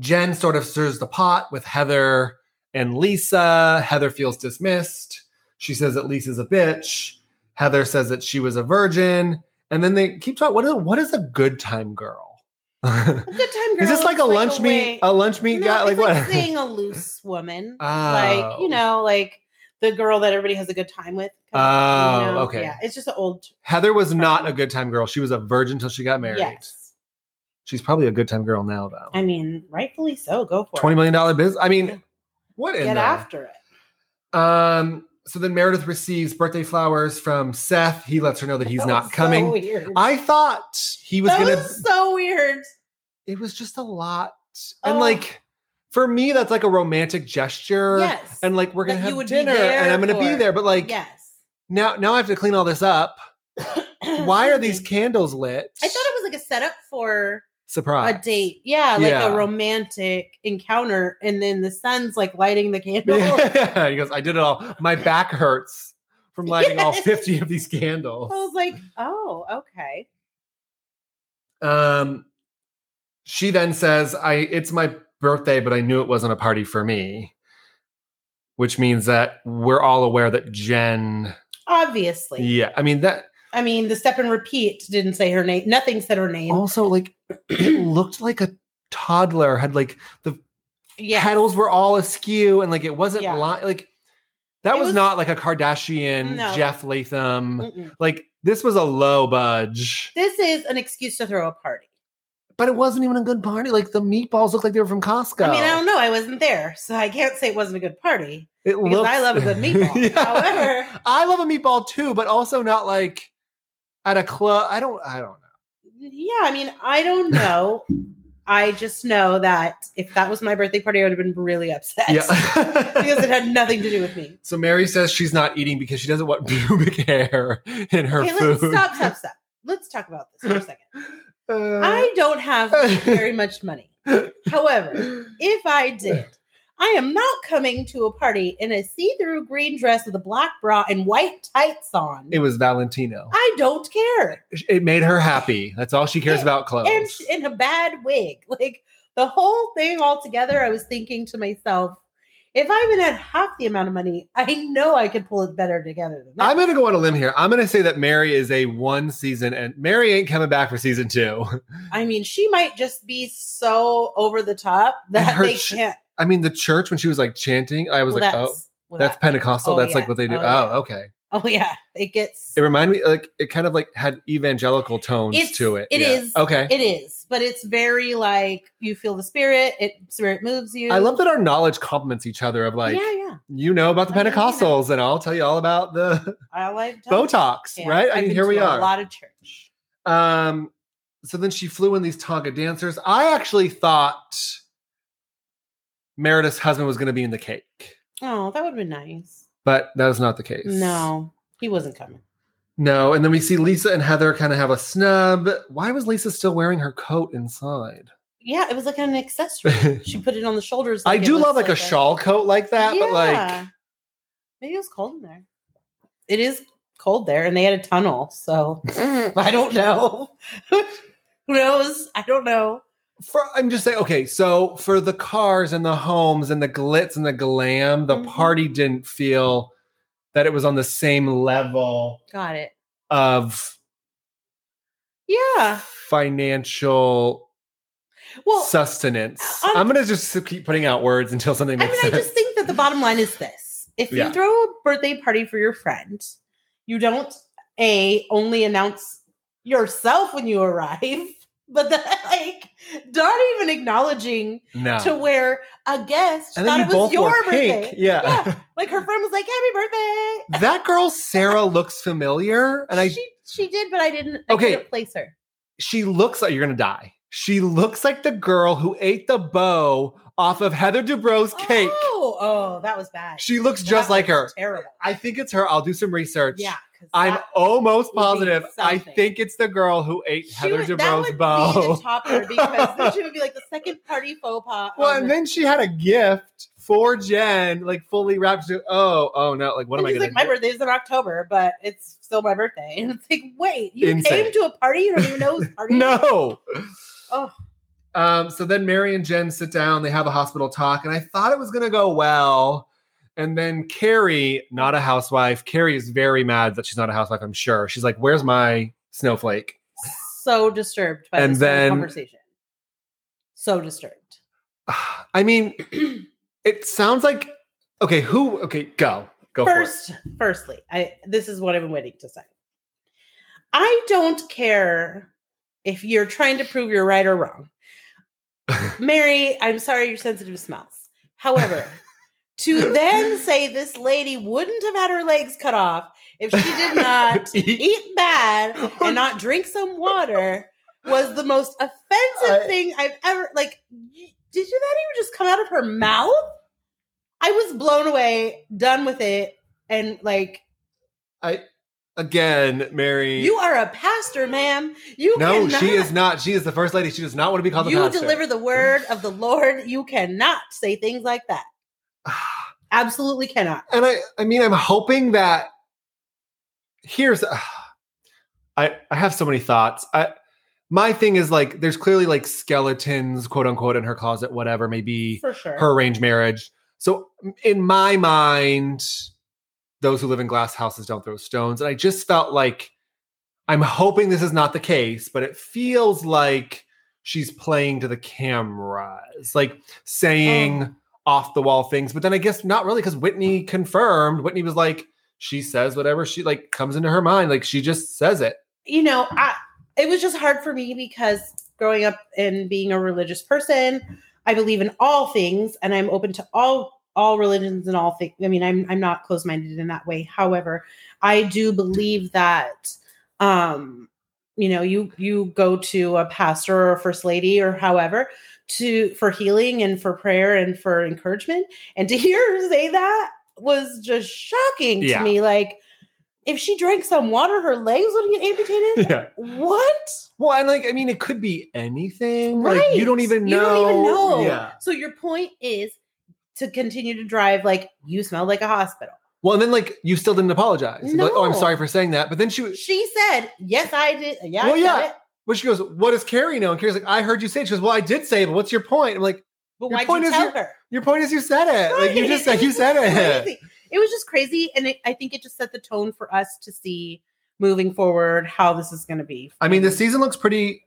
Jen sort of stirs the pot with Heather and Lisa. Heather feels dismissed. She says that Lisa's a bitch. Heather says that she was a virgin. And then they keep talking. What is, what is a good time girl? a good time girl? is this like a It's lunch meet? way- A lunch meet No, guy? Like it's like what? Saying a loose woman, Oh. like you know, like the girl that everybody has a good time with. Oh, you know? okay. Yeah, it's just an old. Heather was not a good time girl. She was a virgin till she got married. um, Yes, She's probably a good time girl now, though. I mean, rightfully so. Go for Twenty it. million dollar business. I mean, what in Get the- after it. Um. So then Meredith receives birthday flowers from Seth. He lets her know that he's That not was coming. So weird. I thought he was that gonna. was so weird. It was just a lot, and Oh. like for me, that's like a romantic gesture. Yes, And like we're gonna That you have would be dinner, there and I'm gonna be for. there. But like yes. now, now I have to clean all this up. Why are Excuse me. these candles lit? I thought it was like a setup for surprise a date. Yeah, like Yeah. a romantic encounter. And then the sun's like lighting the candle. Yeah. he goes, I did it all. My back hurts from lighting all Yes. 50 of these I candles. was like, oh, okay. Um, she then says, I it's my birthday, but I knew it wasn't a party for me. Which means that we're all aware that Jen. Obviously. Yeah. I mean, that I mean, the step and repeat didn't say her name. Nothing said her name. also like it looked like a toddler had like yeah. petals were all askew and like it wasn't Yeah. li- like that It was, was- not like a Kardashian, No. Mm. Jeff Latham. Mm-mm. Like this was a low budge. This is an excuse to throw a party. but it wasn't even a good party. Like the meatballs looked like they were from Costco. I mean, I don't know. I wasn't there, so I can't say it wasn't a good party. It because I love a good meatball. However- I love a meatball too, but also not like at a club. I don't. I don't know. Yeah, I mean, I don't know. I just know that if that was my birthday party, I would have been really upset. because Yeah. it had nothing to do with me. so Mary says she's not eating because she doesn't want pubic hair in her okay, food. let's stop, stop, stop. Let's talk about this for a second. Uh, I don't have very much money. However, if I did, I am not coming to a party in a see-through green dress with a black bra and white tights on. it was Valentino. I don't care. It made her happy. That's all she cares Yeah, about clothes. And sh- in a bad wig. Like the whole thing altogether, I was thinking to myself, if I even had half the amount of money, I know I could pull it better together than that. I'm gonna go on a limb here. I'm gonna say that Mary is a one season, and Mary ain't coming back for season two. I mean, she might just be so over the top that her they ch- can't. I mean, the church when she was like chanting, I was well, like, that's, oh, well, that's Pentecostal. oh, that's like yeah. what they do. Oh, Oh, yeah. okay. Oh yeah, it gets It reminded me like it kind of like had evangelical tones It's- to it. it It is is- okay. it is, but it's very like you feel the spirit. It spirit moves you. I love that our knowledge complements each other. Of like, yeah, yeah. you know about the I know, yeah. Pentecostals, and I'll tell you all about the I like Botox, Yeah, right? I I've mean, been here to we a are. lot of church. Um, so then she flew in these Tonga dancers. I actually thought Meredith's husband was going to be in the cake, Oh, that would have been nice. but that is not the case. No, he wasn't coming. No. And then we see Lisa and Heather kind of have a snub. Why was Lisa still wearing her coat inside? Yeah, it was like an accessory. she put it on the shoulders. I it do was love like, a shawl coat like that, but like Yeah. maybe it was cold in there. It is cold there, and they had a tunnel, so I don't know. Who knows? I don't know. for, I'm just saying, okay, so for the cars and the homes and the glitz and the glam, the Mhm. party didn't feel that it was on the same level Got it. of Yeah. financial Well, sustenance. I'm- I'm gonna just keep putting out words until something I makes mean, I sense. just think that the bottom line is this: if Yeah. you throw a birthday party for your friend, you don't a only announce yourself when you arrive, but then like not even acknowledging no. to where a guest Oh. and thought then it you was both your wore birthday. pink. Yeah. Yeah. Like her friend was like, "Happy birthday!" that girl Sarah looks familiar, and I she, she she did, but I didn't. I Okay. couldn't place her. looks like you're gonna die. She looks like the girl who ate the bow off of Heather Dubrow's cake. Oh, oh, that was bad. She looks That just like was her. Terrible. I think it's her. I'll do some research. Yeah. 'cause I'm that- almost would be positive. I something. think it's the girl who ate she Heather would- Dubrow's That would be bow. the topper because then she would be like the second party faux pas. Well, on and the- then she had a gift for Jen, like fully wrapped. She- Oh, oh no! Like, what am and I she's gonna? like, my birthday's in October, but it's still my birthday. And it's like, wait, you Insane. came to a party? You don't even know whose party? do? it is? No. Oh. Um. So then Mary and Jen sit down. They have a hospital talk, and I thought it was gonna go well. And then Carrie, not a housewife. Carrie is very mad that she's not a housewife. I'm sure she's like, "Where's my snowflake?" So disturbed by And this whole then- conversation. So disturbed. I mean, it sounds like okay. Who? Okay, go go for it. First, firstly, I this is what I've been waiting to say. I don't care if you're trying to prove you're right or wrong. Mary, I'm sorry you're sensitive to smells. However, to then say this lady wouldn't have had her legs cut off if she did not eat bad and not drink some water was the most offensive I- thing I've ever like y- did you that even just come out of her mouth? I was blown away, done with it, and like Again, Mary. you are a pastor, ma'am. You no, cannot, she is not. She is the first lady. She does not want to be called the You pastor. deliver the word of the Lord. You cannot say things like that. Absolutely cannot. and I, I mean, I'm hoping that here's. I I have so many thoughts. I my thing is like there's clearly like skeletons, quote unquote, in her closet, whatever maybe. For sure. her arranged marriage. So in my mind, those who live in glass houses don't throw stones. And I just felt like I'm hoping this is not the case, but it feels like she's playing to the cameras, like saying Oh. off the wall things. But then I guess not really because Whitney confirmed. Whitney was like, she says whatever she like comes into her mind. Like she just says it. you know, I it was just hard for me because growing up and being a religious person, I believe in all things and I'm open to all all religions and all things. I mean, I'm I'm not closed-minded in that way. However, I do believe that um you know, you you go to a pastor or a first lady or however to for healing and for prayer and for encouragement and to hear her say that was just shocking Yeah. to me like if she drank some water her legs would get amputated Yeah. what? Well, and like I mean, it could be anything. Like you don't even know. You don't even know. Yeah. So your point is to continue to drive like you smell like a hospital. Well, and then like you still didn't apologize. Like, oh, I'm No. sorry for saying that. But then she was- She said, "Yes, I did. Yeah, Well, I yeah. yeah. it. well, she goes, What does Carrie know? And Carrie's like, I heard you say it. She goes, Well, I did say it, but what's your point? I'm like, But Your why'd point you is tell you- her? Your point is you said it. Like you Right. just said you was said just it. crazy. It was just crazy, and it, I think it just set the tone for us to see moving forward how this is going to be. I mean, the season looks pretty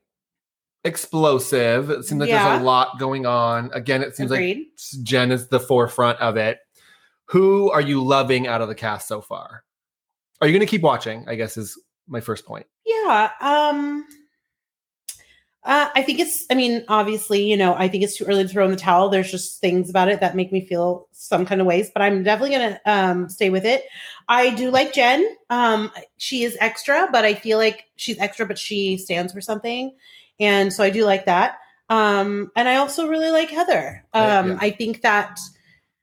explosive. It seems like Yeah. there's a lot going on. Again, it seems Agreed. like Jen is the forefront of it. Who are you loving out of the cast so far? Are you going to keep watching? I guess is my first point. Yeah. Um uh, I think it's I mean, obviously, you know, I think it's too early to throw in the towel. There's just things about it that make me feel some kind of ways, but I'm definitely gonna um stay with it. I do like Jen. Um she is extra, but I feel like she's extra, but she stands for something. And so I do like that. Um and I also really like Heather. Um Yeah. I think that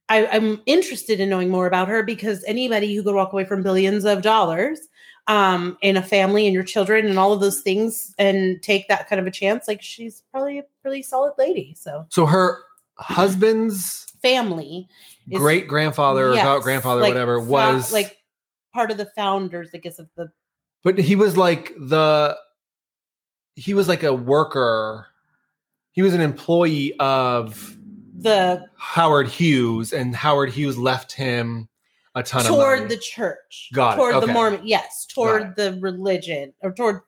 I, I'm interested in knowing more about her because anybody who could walk away from billions of dollars um in a family and your children and all of those things and take that kind of a chance like she's probably a really solid lady so So her husband's family Is- great grandfather yes, or grandfather, like, whatever, fo- was like part of the founders i guess of the But he was like the he was like a worker. He was an employee of the Howard Hughes, and Howard Hughes left him a ton of toward money. the church Got it, toward okay. the mormon yes toward Got the religion or toward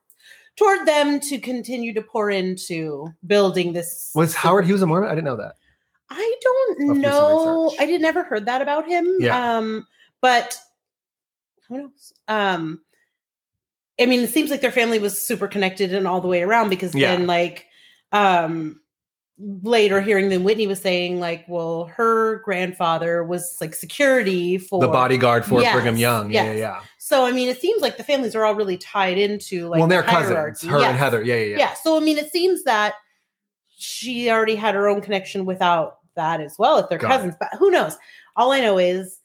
toward them to continue to pour into building this was Howard Hughes a Mormon? I didn't know that. I I'll don't do some know. research. I didn't ever heard that about him. Yeah. Um, but who knows? Um, I mean, it seems like their family was super connected and all the way around because Yeah. then, like, um, later hearing that Whitney was saying, like, well, her grandfather was like security for the bodyguard for Yes, Brigham Young. Yeah, yes. yeah, yeah. So, I mean, it seems like the families are all really tied into like well, they're the hierarchy. cousins, her Yes. and Heather. Yeah, yeah, Yeah. yeah. So, I mean, it seems that she already had her own connection without that as well, if they're Got it. cousins, but who knows? All I know is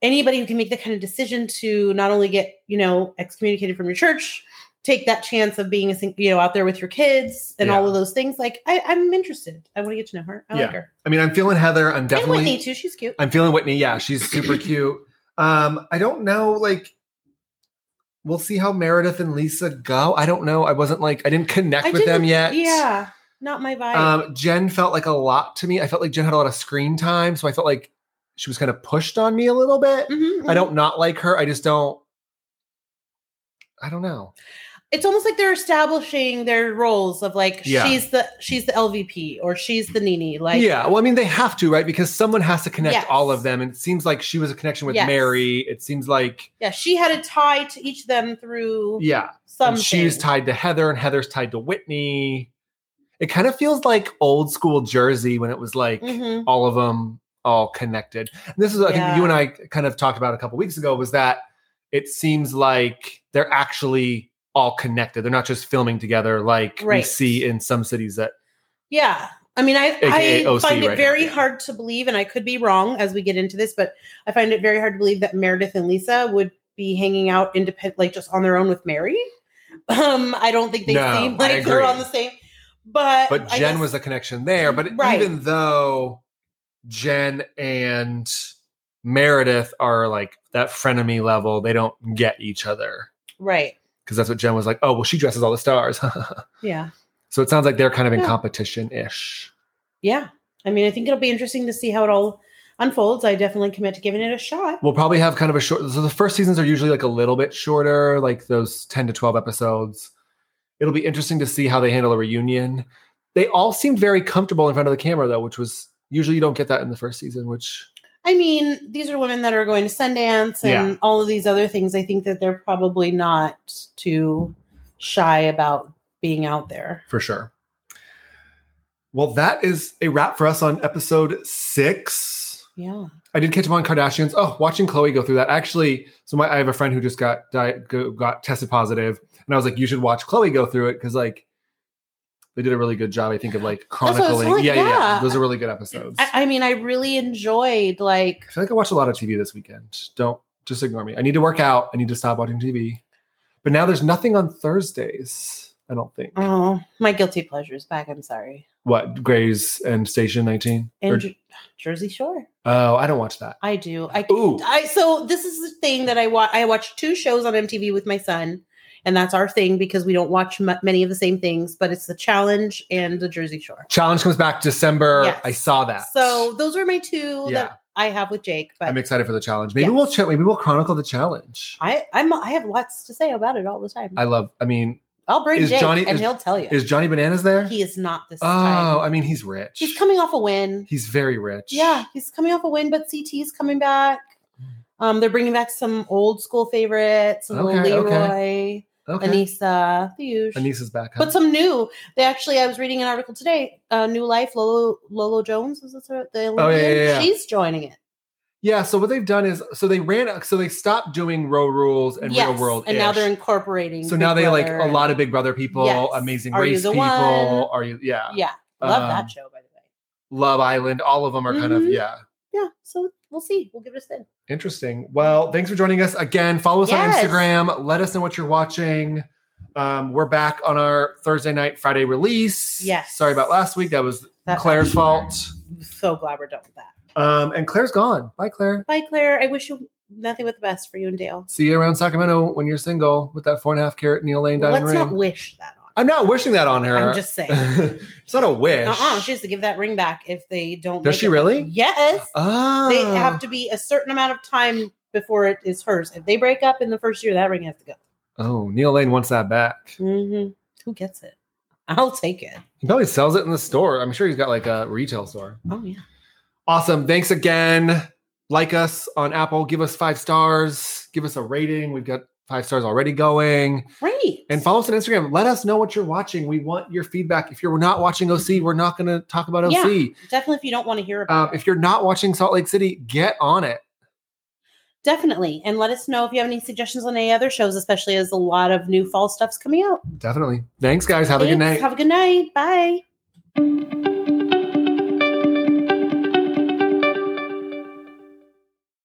anybody who can make that kind of decision to not only get, you know, excommunicated from your church, take that chance of being, a, sing- you know, out there with your kids and all Yeah. of those things. Like, I, I'm interested. I want to get to know her. I Yeah. like her. I mean, I'm feeling Heather. I'm and definitely Whitney, too. She's cute. I'm feeling Whitney. Yeah, she's super cute. Um, I don't know, like we'll see how Meredith and Lisa go. I don't know. I wasn't like I didn't connect I with them didn't- yet. Yeah. Not my vibe. Um, Jen felt like a lot to me. I felt like Jen had a lot of screen time, so I felt like she was kind of pushed on me a little bit. Mhm, I mhm. don't not like her. I just don't. I don't know. it's almost like they're establishing their roles of like Yeah. she's the she's the LVP or she's the Nini. Like yeah, well, I mean, they have to, right? Because someone has to connect Yes. all of them, and it seems like she was a connection with Yes. Mary. It seems like yeah, she had a tie to each of them through yeah, some. And she's tied to Heather, and Heather's tied to Whitney. It kind of feels like old school Jersey when it was like Mhm. all of them all connected. And this is, I think, Yeah. that you and I kind of talked about a couple weeks ago was that it seems like they're actually all connected. They're not just filming together like we Right. see in some cities that Yeah. I mean, I, AKA I OC find it right now, very yeah. hard to believe, and I could be wrong as we get into this, but I find it very hard to believe that Meredith and Lisa would be hanging out independent, like just on their own with Mary. Um, I don't think they No, I seem like they're agree. on the same. But but I Jen guess- was the connection there. But Right. even though Jen and Meredith are like that frenemy level, they don't get each other. right. because that's what Jen was like. Oh, well, she dresses all the stars. Yeah. so it sounds like they're kind of in Yeah. competition ish. yeah i mean i think it'll be interesting to see how it all unfolds i definitely commit to giving it a shot We'll probably have kind of a short. So the first seasons are usually like a little bit shorter, like those 10 to 12 episodes. It'll be interesting to see how they handle a reunion. They all seemed very comfortable in front of the camera, though, which was usually you don't get that in the first season, which i mean these are women that are going to sundance and all of these other things i think that they're probably not too shy about being out there for sure. Well, that is a wrap for us on episode six. yeah I did catch them on Kardashians. Oh, watching Chloe go through that actually. So my I have a friend who just got diet, go, got tested positive, and I was like, you should watch Chloe go through it because like they did a really good job. I think of like what I was chronicling. like, yeah, yeah, yeah, yeah. Those are really good episodes. I, I, I mean i really enjoyed like feel like I watched a lot of TV this weekend. Don't just ignore me. I need to work out. I need to stop watching TV. But now there's nothing on Thursdays. I don't think. oh my guilty pleasures back i'm sorry What Grays and Station 19? Or- and Jer- jersey shore oh, I don't watch that. i do i Ooh, I so this is the thing that I watch. I watch two shows on MTV with my son, and that's our thing because we don't watch m- many of the same things. But it's the Challenge and the Jersey Shore. Challenge comes back December. Yes. I saw that. So those are my two Yeah. that I have with Jake. But I'm excited for the challenge. Maybe Yes. we'll ch- maybe we'll chronicle the challenge. I I'm I have lots to say about it all the time. I love. I mean, I'll bring is Jake Johnny- and is- he'll tell you is Johnny Bananas there? he is not this oh, time. I mean, he's rich. He's coming off a win. He's very rich. Mm. Yeah, he's coming off a win, but CT's coming back. Um, they're bringing back some old school favorites, some Okay, Leroy, okay. Okay. Anissa, the usual. Anissa's back. Huh? But some new. They actually, I was reading an article today. Uh, new Life, Lolo, Lolo Jones is this her? The Olympian. Oh, yeah, yeah, yeah. She's joining it. yeah. So what they've done is so they ran so they stopped doing row rules and Yes, real world. And now they're incorporating. so Big now they like Brother a and- lot of Big Brother people, Yes. amazing Are You race the people. One? Are you? Yeah. Yeah, love Um, that show. By the way. Love Island. All of them are kind of Mhm. yeah. Yeah. So we'll see. We'll give it a spin. Interesting. Well, thanks for joining us again. Follow us Yes. on Instagram. Let us know what you're watching. Um, we're back on our Thursday night, Friday release. Yes. Sorry about last week. That was That's Claire's fault. So glad we're done with that. Um, and Claire's gone. Bye, Claire. Bye, Claire. I wish you nothing but the best for you and Dale. See you around Sacramento when you're single with that four and a half carat Neil Lane Well, diamond let's ring. not wish that on. I'm not wishing that on her. I'm just saying. it's not a wish. Uh-uh. She has to give that ring back if they don't. Does make she it- really? Yes. Oh. They have to be a certain amount of time before it is hers. If they break up in the first year, that ring has to go. oh, Neil Lane wants that back. hmm Who gets it? I'll take it. He probably sells it in the store. I'm sure he's got like a retail store. Oh yeah. Awesome. Thanks again. Like us on Apple. Give us five stars. Give us a rating. We've got five stars already going. Great. And follow us on Instagram. Let us know what you're watching. We want your feedback. If you're not watching OC, we're not going to talk about OC. definitely if you don't want to hear about Uh, it. if you're not watching Salt Lake City, get on it. Definitely. And let us know if you have any suggestions on any other shows, especially as a lot of new fall stuff's coming out. Definitely. Thanks, guys. Have a good night. Thanks. Have a good night. Bye.